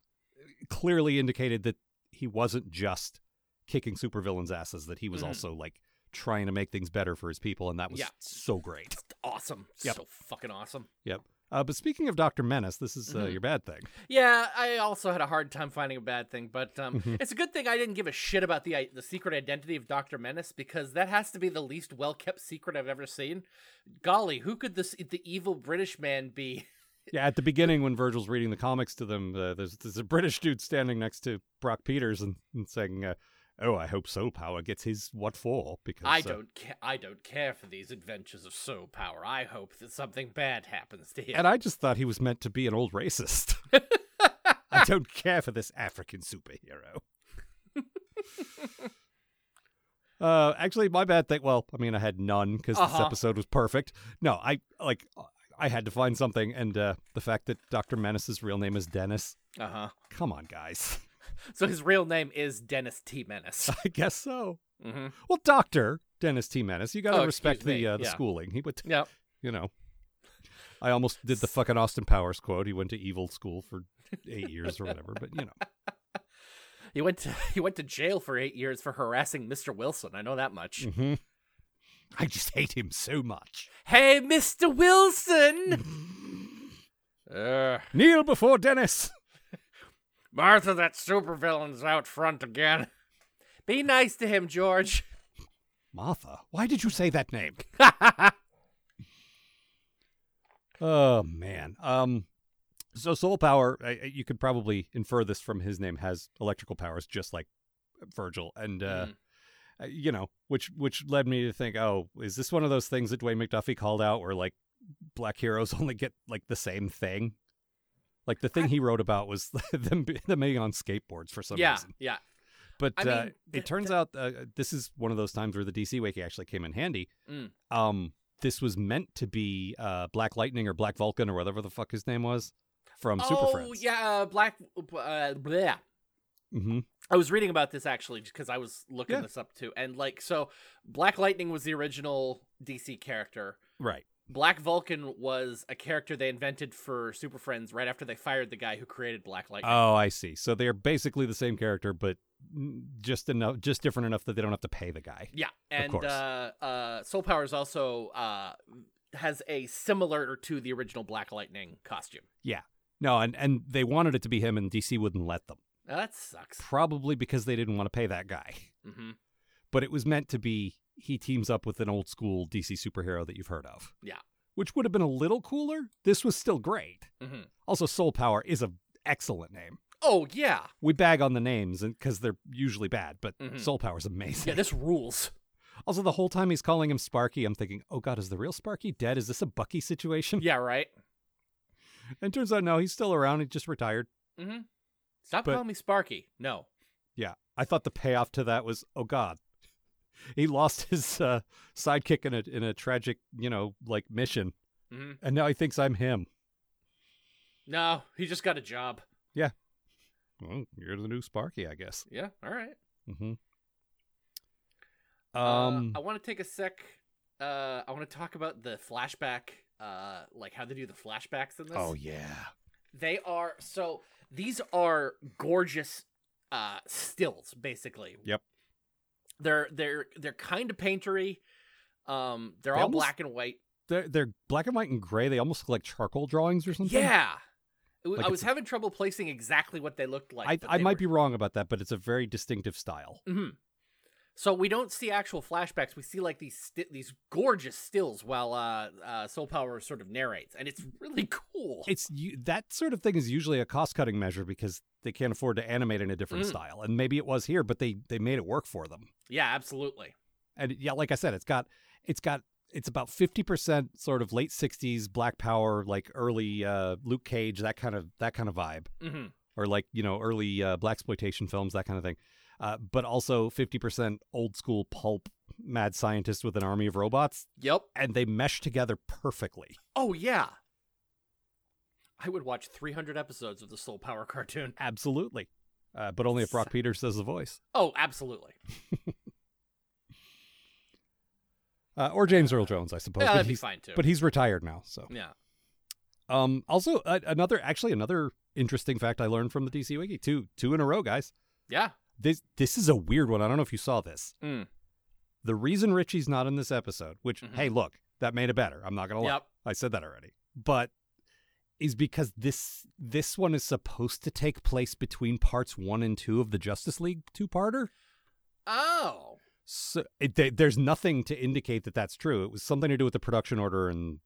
Speaker 3: clearly indicated that he wasn't just kicking supervillains' asses; that he was also like trying to make things better for his people, and that was
Speaker 4: Mm-hmm. Yeah.
Speaker 3: so great.
Speaker 4: Awesome.
Speaker 3: Yep.
Speaker 4: So fucking awesome.
Speaker 3: Yep. Uh, but speaking of Doctor Menace, this is uh,
Speaker 4: Mm-hmm.
Speaker 3: your bad thing.
Speaker 4: Yeah, I also had a hard time finding a bad thing, but um,
Speaker 3: Mm-hmm.
Speaker 4: it's a good thing I didn't give a shit about the i- the secret identity of Doctor Menace because that has to be the least well kept secret I've ever seen. Golly, who could this the evil British man be?
Speaker 3: Yeah, at the beginning when Virgil's reading the comics to them, uh, there's there's a British dude standing next to Brock Peters and, and saying, uh, "Oh, I hope Soul Power gets his what for?" Because
Speaker 4: I
Speaker 3: uh,
Speaker 4: don't care. I don't care for these adventures of so power. I hope that something bad happens to him.
Speaker 3: And I just thought he was meant to be an old racist. I don't care for this African superhero. uh, actually, my bad thing. Well, I mean, I had none because this
Speaker 4: Uh-huh.
Speaker 3: episode was perfect. No, I like I had to find something, and uh, the fact that Doctor Menace's real name is Dennis.
Speaker 4: uh huh.
Speaker 3: Come on, guys.
Speaker 4: So his real name is Dennis T. Menace.
Speaker 3: I guess so.
Speaker 4: Mhm.
Speaker 3: Well, Doctor Dennis T. Menace, you got to
Speaker 4: Oh, excuse
Speaker 3: respect the
Speaker 4: me.
Speaker 3: uh, the
Speaker 4: Yeah.
Speaker 3: schooling. He went, to,
Speaker 4: yep.
Speaker 3: you know. I almost did the fucking Austin Powers quote. He went to evil school for eight years or whatever, but you know,
Speaker 4: He went to he went to jail for eight years for harassing Mr. Wilson. I know that much.
Speaker 3: I just hate him so much.
Speaker 4: Hey, Mr. Wilson! Ugh.
Speaker 3: Kneel before Dennis.
Speaker 4: Uh, Martha, that supervillain's out front again. Be nice to him, George.
Speaker 3: Martha, why did you say that name? oh man. Um. So soul power, I, I- you could probably infer this from his name, has electrical powers just like Virgil, and uh, uh, you know, which which led me to think, oh, is this one of those things that Dwayne McDuffie called out, where like black heroes only get like the same thing? Like the thing he wrote about was them be- them being on skateboards for some
Speaker 4: yeah,
Speaker 3: reason.
Speaker 4: yeah.
Speaker 3: But
Speaker 4: I mean,
Speaker 3: uh,
Speaker 4: th-
Speaker 3: it turns out uh, this is one of those times where the DC wiki actually came in handy.
Speaker 4: Mm.
Speaker 3: Um, this was meant to be uh, Black Lightning or Black Vulcan or whatever the fuck his name was from Superfriends.
Speaker 4: oh, yeah, uh, Black. Uh, bleh.
Speaker 3: hmm
Speaker 4: I was reading about this actually because I was looking
Speaker 3: Yeah.
Speaker 4: this up too, and like so, Black Lightning was the original DC character.
Speaker 3: Right.
Speaker 4: Black Vulcan was a character they invented for Super Friends right after they fired the guy who created Black Lightning.
Speaker 3: Oh, I see. So they are basically the same character, but mm, just enough, just different enough that they don't have to pay the guy.
Speaker 4: yeah, and
Speaker 3: course.
Speaker 4: uh, uh, Soul Power is also uh, has a similar to the original Black Lightning costume.
Speaker 3: No, and and they wanted it to be him, and DC wouldn't let them,
Speaker 4: Now, that sucks.
Speaker 3: probably because they didn't want to pay that guy.
Speaker 4: hmm
Speaker 3: But it was meant to be he teams up with an old school DC superhero that you've heard of.
Speaker 4: Yeah.
Speaker 3: which would have been a little cooler. This was still great.
Speaker 4: Mhm.
Speaker 3: Also, Soul Power is a excellent name.
Speaker 4: Oh yeah,
Speaker 3: We bag on the names because they're usually bad, but
Speaker 4: Mhm.
Speaker 3: Soul Power's amazing.
Speaker 4: yeah. This rules.
Speaker 3: Also, the whole time he's calling him Sparky, I'm thinking, oh God, is the real Sparky dead? Is this a Bucky situation?
Speaker 4: Yeah, right.
Speaker 3: And turns out, no, he's still around. He just retired.
Speaker 4: hmm Stop
Speaker 3: But-
Speaker 4: calling me Sparky. No.
Speaker 3: Yeah. I thought the payoff to that was, oh God, he lost his uh, sidekick in a, in a tragic, you know, like mission.
Speaker 4: hmm
Speaker 3: And now he thinks I'm him.
Speaker 4: No, he just got a job.
Speaker 3: Well, you're the new Sparky, I guess.
Speaker 4: Yeah. All right.
Speaker 3: Mm-hmm.
Speaker 4: Uh,
Speaker 3: Um,
Speaker 4: I want to take a sec. Uh, I want to talk about the flashback, uh, like how they do the flashbacks in this.
Speaker 3: oh, yeah.
Speaker 4: They are so these are gorgeous uh stills basically.
Speaker 3: Yep.
Speaker 4: They're they're they're kind of paintery. Um they're
Speaker 3: They
Speaker 4: all
Speaker 3: almost-
Speaker 4: black and white.
Speaker 3: They're, they're black and white and gray. They almost look like charcoal drawings or something.
Speaker 4: Yeah. I w-
Speaker 3: Like
Speaker 4: I
Speaker 3: it's-
Speaker 4: was having trouble placing exactly what they looked like.
Speaker 3: I, I might be wrong about that, but it's a very distinctive style.
Speaker 4: hmm So we don't see actual flashbacks. We see like these sti- these gorgeous stills while uh, uh, Soul Power sort of narrates, and it's really cool.
Speaker 3: it's u- that sort of thing is usually a cost cutting measure because they can't afford to animate in a different
Speaker 4: Mm.
Speaker 3: style and maybe it was here but they they made it work for them
Speaker 4: yeah, absolutely.
Speaker 3: and yeah like i said it's got it's got it's about 50% sort of late 60s black power like early uh luke cage that kind of that kind of vibe
Speaker 4: hmm
Speaker 3: or like you know early uh black exploitation films that kind of thing uh, but also 50% old school pulp mad scientist with an army of robots
Speaker 4: Yep.
Speaker 3: and they mesh together perfectly
Speaker 4: Oh yeah. I would watch 300 episodes of the Soul Power cartoon.
Speaker 3: absolutely uh, but only if rock
Speaker 4: Sa-
Speaker 3: peters does the voice
Speaker 4: Oh, absolutely.
Speaker 3: Uh, or James Earl Jones, I suppose.
Speaker 4: Yeah,
Speaker 3: but
Speaker 4: that'd be
Speaker 3: he's-
Speaker 4: fine, too.
Speaker 3: But he's retired now, so.
Speaker 4: Yeah.
Speaker 3: Um. Also, uh, another actually another interesting fact I learned from the DC Wiki two two in a row, guys.
Speaker 4: Yeah.
Speaker 3: This this is a weird one. I don't know if you saw this.
Speaker 4: Mm.
Speaker 3: The reason Richie's not in this episode, which
Speaker 4: Mhm.
Speaker 3: hey, look, that made it better. I'm not gonna lie.
Speaker 4: Yep.
Speaker 3: I said that already, but is because this this one is supposed to take place between parts one and two of the Justice League two parter.
Speaker 4: Oh.
Speaker 3: So it, they, there's nothing to indicate that that's true. It was something to do with the production order and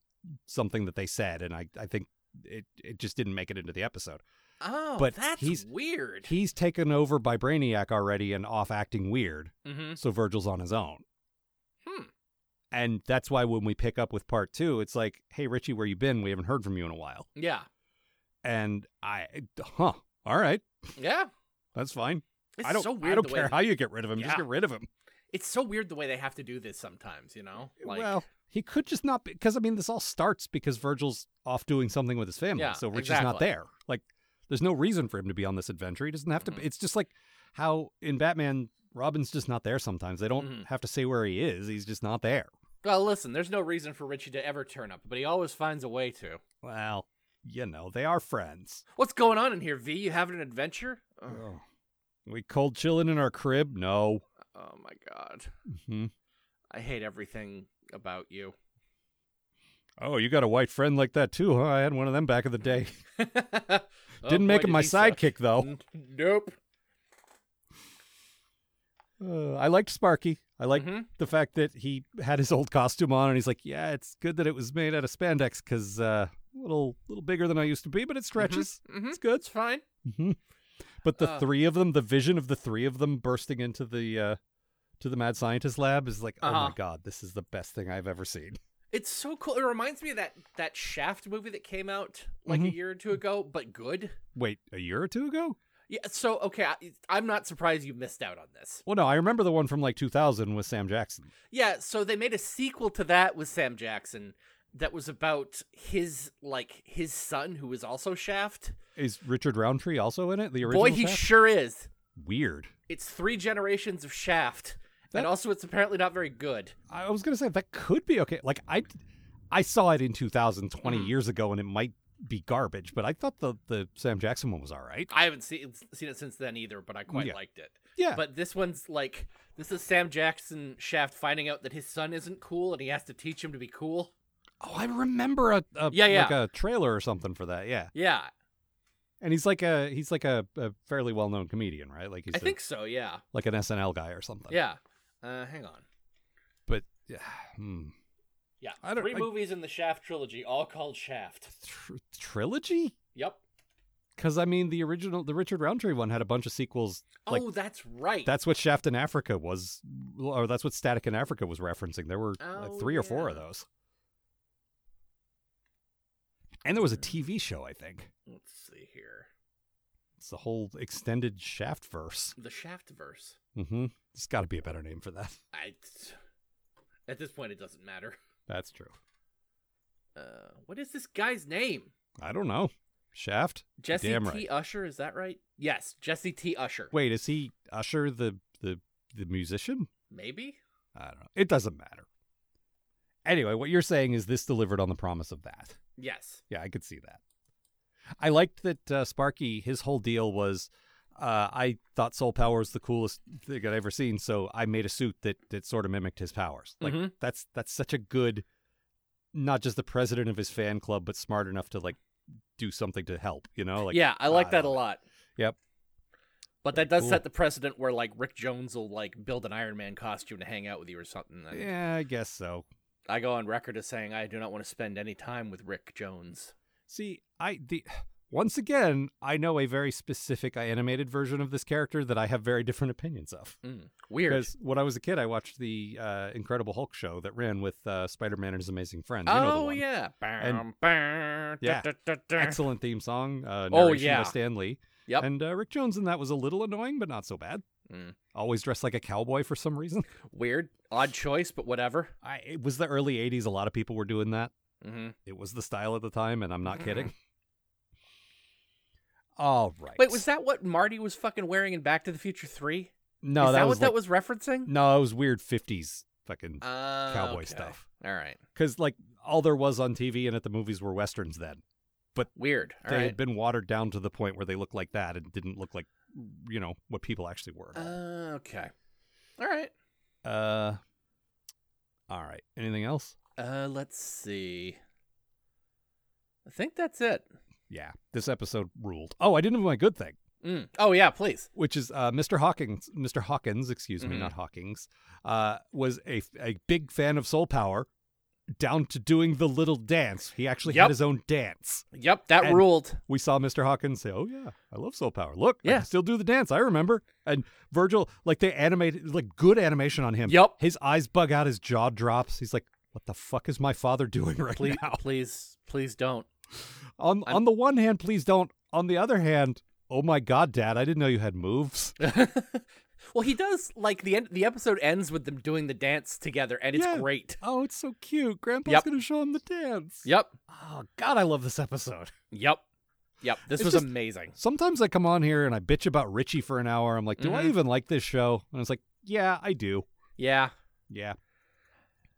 Speaker 3: something that they said, and I, I think it, it just didn't make it into the episode.
Speaker 4: Oh,
Speaker 3: But
Speaker 4: that's
Speaker 3: he's-
Speaker 4: weird.
Speaker 3: He's taken over by Brainiac already and off acting weird,
Speaker 4: hmm
Speaker 3: so Virgil's on his own.
Speaker 4: Hmm.
Speaker 3: And that's why when we pick up with part two, it's like, hey Richie, where you been? We haven't heard from you in a while.
Speaker 4: Yeah.
Speaker 3: And I, huh? All right,
Speaker 4: Yeah.
Speaker 3: that's fine.
Speaker 4: It's
Speaker 3: I don't.
Speaker 4: so weird
Speaker 3: I don't
Speaker 4: the way
Speaker 3: care
Speaker 4: they-
Speaker 3: how you get rid of him.
Speaker 4: Yeah.
Speaker 3: Just get rid of him.
Speaker 4: It's so weird the way they have to do this sometimes, you know? Like,
Speaker 3: well, he could just not because I mean this all starts because Virgil's off doing something with his family,
Speaker 4: Yeah,
Speaker 3: so Richie's not
Speaker 4: exactly.
Speaker 3: there. Like, there's no reason for him to be on this adventure. He doesn't have to.
Speaker 4: Mhm.
Speaker 3: be It's just like how in Batman, Robin's just not there sometimes. They don't
Speaker 4: Mhm.
Speaker 3: have to say where he is. He's just not there.
Speaker 4: well, listen, there's no reason for Richie to ever turn up, but he always finds a way to.
Speaker 3: Well, you know they are friends.
Speaker 4: What's going on in here, V? You having an adventure? Oh,
Speaker 3: Oh. We cold chilling in our crib? No.
Speaker 4: oh my god.
Speaker 3: hmm
Speaker 4: I hate everything about you.
Speaker 3: Oh, you got a white friend like that too, huh? I had one of them back in the day.
Speaker 4: Oh,
Speaker 3: Didn't make him my sidekick though.
Speaker 4: Nope.
Speaker 3: Uh, I liked Sparky. I liked
Speaker 4: Mhm.
Speaker 3: the fact that he had his old costume on, and he's like, "Yeah, it's good that it was made out of spandex because uh, a little little bigger than I used to be, but it stretches.
Speaker 4: Mhm.
Speaker 3: It's good."
Speaker 4: It's fine.
Speaker 3: hmm But the
Speaker 4: Uh.
Speaker 3: three of them, the vision of the three of them bursting into the uh, to the mad scientist lab is like, oh my
Speaker 4: Uh-huh.
Speaker 3: god, this is the best thing I've ever seen.
Speaker 4: It's so cool. It reminds me of that that Shaft movie that came out like
Speaker 3: Mm-hmm.
Speaker 4: a year or two ago, but good.
Speaker 3: Wait, a year or two ago?
Speaker 4: Yeah. So okay, I, I'm not surprised you missed out on this.
Speaker 3: Well, no, I remember the one from like 2000 with Sam Jackson.
Speaker 4: Yeah. So they made a sequel to that with Sam Jackson that was about his like his son who was also Shaft.
Speaker 3: Is Richard Roundtree also in it? The original.
Speaker 4: Boy, he
Speaker 3: Shaft?
Speaker 4: sure is.
Speaker 3: weird.
Speaker 4: It's three generations of Shaft,
Speaker 3: That-
Speaker 4: and also it's apparently not very good.
Speaker 3: I was gonna say that could be okay. Like I, I saw it in 2000, 20 years ago, and it might be garbage, but I thought the the Sam Jackson one was all right.
Speaker 4: I haven't seen seen it since then either, but I quite
Speaker 3: Yeah.
Speaker 4: liked it.
Speaker 3: Yeah.
Speaker 4: But this one's like this is Sam Jackson Shaft finding out that his son isn't cool and he has to teach him to be cool.
Speaker 3: Oh, I remember a, a
Speaker 4: Yeah,
Speaker 3: like
Speaker 4: yeah.
Speaker 3: a trailer or something for that. Yeah,
Speaker 4: Yeah,
Speaker 3: and he's like a he's like a, a fairly well known comedian, right? Like he's
Speaker 4: I
Speaker 3: a-
Speaker 4: think so. Yeah,
Speaker 3: like an SNL guy or something.
Speaker 4: yeah. Uh, hang on.
Speaker 3: but yeah, hmm.
Speaker 4: Yeah,
Speaker 3: I don't-
Speaker 4: three
Speaker 3: I-
Speaker 4: movies in the Shaft trilogy, all called Shaft.
Speaker 3: Tr- trilogy.
Speaker 4: Yep.
Speaker 3: Because I mean, the original, the Richard Roundtree one had a bunch of sequels. Like
Speaker 4: oh, that's right.
Speaker 3: that's what Shaft in Africa was, or that's what Static in Africa was referencing. There were uh,
Speaker 4: Oh,
Speaker 3: three or four of
Speaker 4: yeah.
Speaker 3: those, and there was a
Speaker 4: Hmm.
Speaker 3: TV show. I think
Speaker 4: Let's see here.
Speaker 3: it's the whole extended Shaft verse.
Speaker 4: The Shaft verse.
Speaker 3: Mm-hmm. There's got to be a better name for that.
Speaker 4: I. At this point, it doesn't matter.
Speaker 3: That's true.
Speaker 4: Uh, what is this guy's name?
Speaker 3: I don't know. Shaft. You're
Speaker 4: Jesse
Speaker 3: Damn
Speaker 4: T.
Speaker 3: right.
Speaker 4: Usher. Is that right? Yes, Jesse T. Usher.
Speaker 3: Wait, is he Usher the the the musician?
Speaker 4: Maybe.
Speaker 3: I don't know. It doesn't matter. Anyway, what you're saying is this delivered on the promise of that.
Speaker 4: Yes.
Speaker 3: Yeah, I could see that. I liked that uh, Sparky, his whole deal was uh, I thought soul power was the coolest thing I'd ever seen, so I made a suit that, that sort of mimicked his powers. Like
Speaker 4: Mhm.
Speaker 3: that's that's such a good not just the president of his fan club, but smart enough to like do something to help, you know? Like
Speaker 4: yeah, I like
Speaker 3: ah,
Speaker 4: that a
Speaker 3: love it.
Speaker 4: lot.
Speaker 3: Yep.
Speaker 4: But
Speaker 3: Very
Speaker 4: that does
Speaker 3: cool.
Speaker 4: set the precedent where like Rick Jones will like build an Iron Man costume to hang out with you or something. and
Speaker 3: Yeah, I guess so.
Speaker 4: I go on record as saying I do not want to spend any time with Rick Jones.
Speaker 3: See, I the once again, I know a very specific animated version of this character that I have very different opinions of.
Speaker 4: Mm, weird.
Speaker 3: Because when I was a kid, I watched the uh, Incredible Hulk show that ran with uh, Spider Man and his amazing friends. You know the
Speaker 4: Oh
Speaker 3: one.
Speaker 4: yeah.
Speaker 3: And-
Speaker 4: Bam, bam, da,
Speaker 3: Yeah.
Speaker 4: da, da, da.
Speaker 3: Excellent theme song. Uh,
Speaker 4: Oh,
Speaker 3: narration
Speaker 4: yeah.
Speaker 3: By Stan Lee.
Speaker 4: Yep.
Speaker 3: And uh, Rick Jones in that was a little annoying, but not so bad.
Speaker 4: Mm.
Speaker 3: Always dressed like a cowboy for some reason.
Speaker 4: Weird. Odd choice, but whatever.
Speaker 3: I, it was the early 80s. A lot of people were doing that.
Speaker 4: hmm
Speaker 3: It was the style at the time, and I'm not kidding. All right.
Speaker 4: Wait, was that what Marty was fucking wearing in Back to the Future Three?
Speaker 3: No,
Speaker 4: Is that,
Speaker 3: that
Speaker 4: what
Speaker 3: was
Speaker 4: that
Speaker 3: like-
Speaker 4: was referencing?
Speaker 3: No, it was weird 50s fucking
Speaker 4: Uh,
Speaker 3: cowboy
Speaker 4: okay.
Speaker 3: stuff.
Speaker 4: All right.
Speaker 3: Because, like, all there was on TV and at the movies were westerns then.
Speaker 4: Weird. All
Speaker 3: they
Speaker 4: right.
Speaker 3: had been watered down to the point where they looked like that and didn't look like you know what people actually were.
Speaker 4: Uh, okay. All right.
Speaker 3: Uh, all right. Anything else?
Speaker 4: Uh, let's see. I think that's it.
Speaker 3: Yeah, this episode ruled. Oh, I didn't have my good thing,
Speaker 4: Mm. Oh yeah, please.
Speaker 3: which is uh, Mr. Hawkins. Mr. Hawkins, excuse me,
Speaker 4: Mhm.
Speaker 3: not Hawkins, uh, was a a big fan of Soul Power, down to doing the little dance. He actually had
Speaker 4: Yep.
Speaker 3: his own dance.
Speaker 4: Yep, that
Speaker 3: And-
Speaker 4: ruled.
Speaker 3: we saw Mr. Hawkins say, "Oh yeah, I love Soul Power. Look, I
Speaker 4: Yeah.
Speaker 3: can still do the dance. I remember." And Virgil, like they animated, like good animation on him.
Speaker 4: Yup.
Speaker 3: His eyes bug out. His jaw drops. He's like, "What the fuck is my father doing right
Speaker 4: Please,
Speaker 3: now?"
Speaker 4: please, please don't.
Speaker 3: On
Speaker 4: I'm-
Speaker 3: on the one hand, please don't. On the other hand, oh my god, Dad, I didn't know you had moves.
Speaker 4: well, he does. Like the end. The episode ends with them doing the dance together, and it's
Speaker 3: Yeah.
Speaker 4: great.
Speaker 3: Oh, it's so cute. Grandpa's
Speaker 4: Yup.
Speaker 3: gonna show him the dance.
Speaker 4: Yep.
Speaker 3: Oh God, I love this episode.
Speaker 4: Yep. Yep. This
Speaker 3: It's
Speaker 4: was
Speaker 3: just-
Speaker 4: amazing.
Speaker 3: Sometimes I come on here and I bitch about Richie for an hour. I'm like, do I
Speaker 4: Mhm.
Speaker 3: even like this show? And it's like, yeah, I do.
Speaker 4: Yeah.
Speaker 3: Yeah.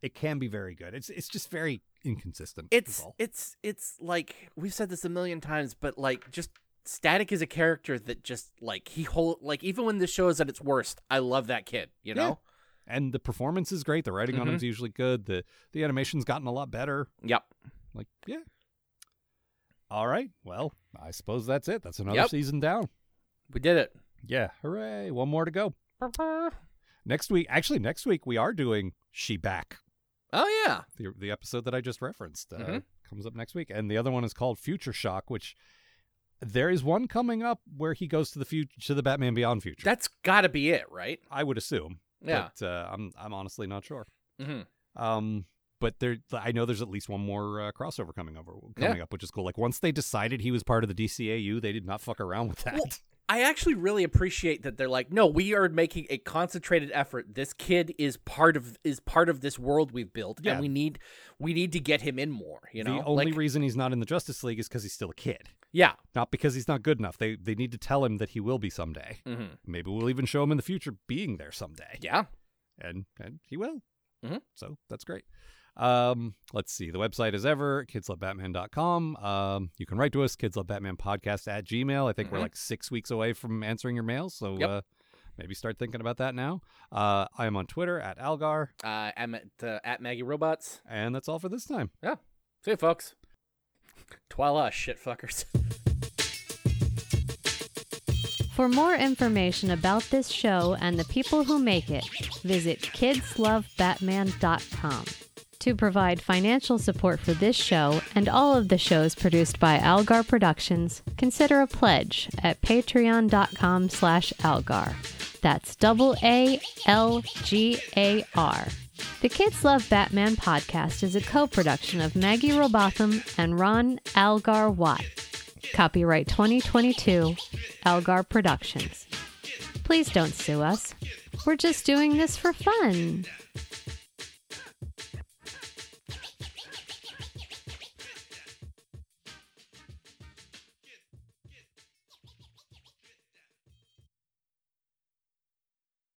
Speaker 3: It can be very good. It's it's just very inconsistent.
Speaker 4: It's
Speaker 3: is all.
Speaker 4: it's it's like we've said this a million times, but like just Static is a character that just like he whole like even when the show is at its worst, I love that kid. You
Speaker 3: Yeah.
Speaker 4: know.
Speaker 3: and the performance is great. The writing
Speaker 4: Mm-hmm.
Speaker 3: on him's usually good. The the animation's gotten a lot better.
Speaker 4: Yep.
Speaker 3: Like, yeah. All right. Well, I suppose that's it. That's another
Speaker 4: Yep.
Speaker 3: season down.
Speaker 4: We did it.
Speaker 3: Yeah. Hooray. One more to go. Next week actually next week we are doing She Back.
Speaker 4: Oh yeah.
Speaker 3: The the episode that I just referenced. Uh,
Speaker 4: Mhm.
Speaker 3: comes up next week. And the other one is called Future Shock, which there is one coming up where he goes to the future to the Batman Beyond future.
Speaker 4: That's got to be it, right?
Speaker 3: I would assume.
Speaker 4: Yeah.
Speaker 3: But uh, I'm I'm honestly not sure.
Speaker 4: Mhm.
Speaker 3: Um, but there, I know there's at least one more uh, crossover coming over
Speaker 4: Yeah.
Speaker 3: coming up, which is cool. Like once they decided he was part of the DCAU, they did not fuck around with that.
Speaker 4: Well, I actually really appreciate that they're like, no, we are making a concentrated effort. This kid is part of is part of this world we've built,
Speaker 3: Yeah.
Speaker 4: and we need we need to get him in more. You know,
Speaker 3: the only
Speaker 4: Like,
Speaker 3: reason he's not in the Justice League is because he's still a kid,
Speaker 4: yeah,
Speaker 3: not because he's not good enough. They they need to tell him that he will be someday.
Speaker 4: Mhm.
Speaker 3: Maybe we'll even show him in the future being there someday.
Speaker 4: yeah,
Speaker 3: and and he will.
Speaker 4: Mhm.
Speaker 3: So that's great. Um, let's see. The website is ever kidslovebatman.com. Um, you can write to us, kidslovebatmanpodcast at gmail. I think we're
Speaker 4: Mhm.
Speaker 3: like six weeks away from answering your mail, so
Speaker 4: Yep.
Speaker 3: uh, maybe start thinking about that now. Uh, I am on Twitter at Algar,
Speaker 4: uh, I'm at uh, at Maggie Robots.
Speaker 3: and that's all for this time.
Speaker 4: Yeah, see you, folks. Twala, shit fuckers.
Speaker 2: For more information about this show and the people who make it, visit kidslovebatman.com. To provide financial support for this show and all of the shows produced by Algar Productions, consider a pledge at patreon.com slash algar. That's double A L G A R. The Kids Love Batman podcast is a co-production of Maggie Robotham and Ron Algar Watt. Copyright 2022, Algar Productions. Please don't sue us. We're just doing this for fun.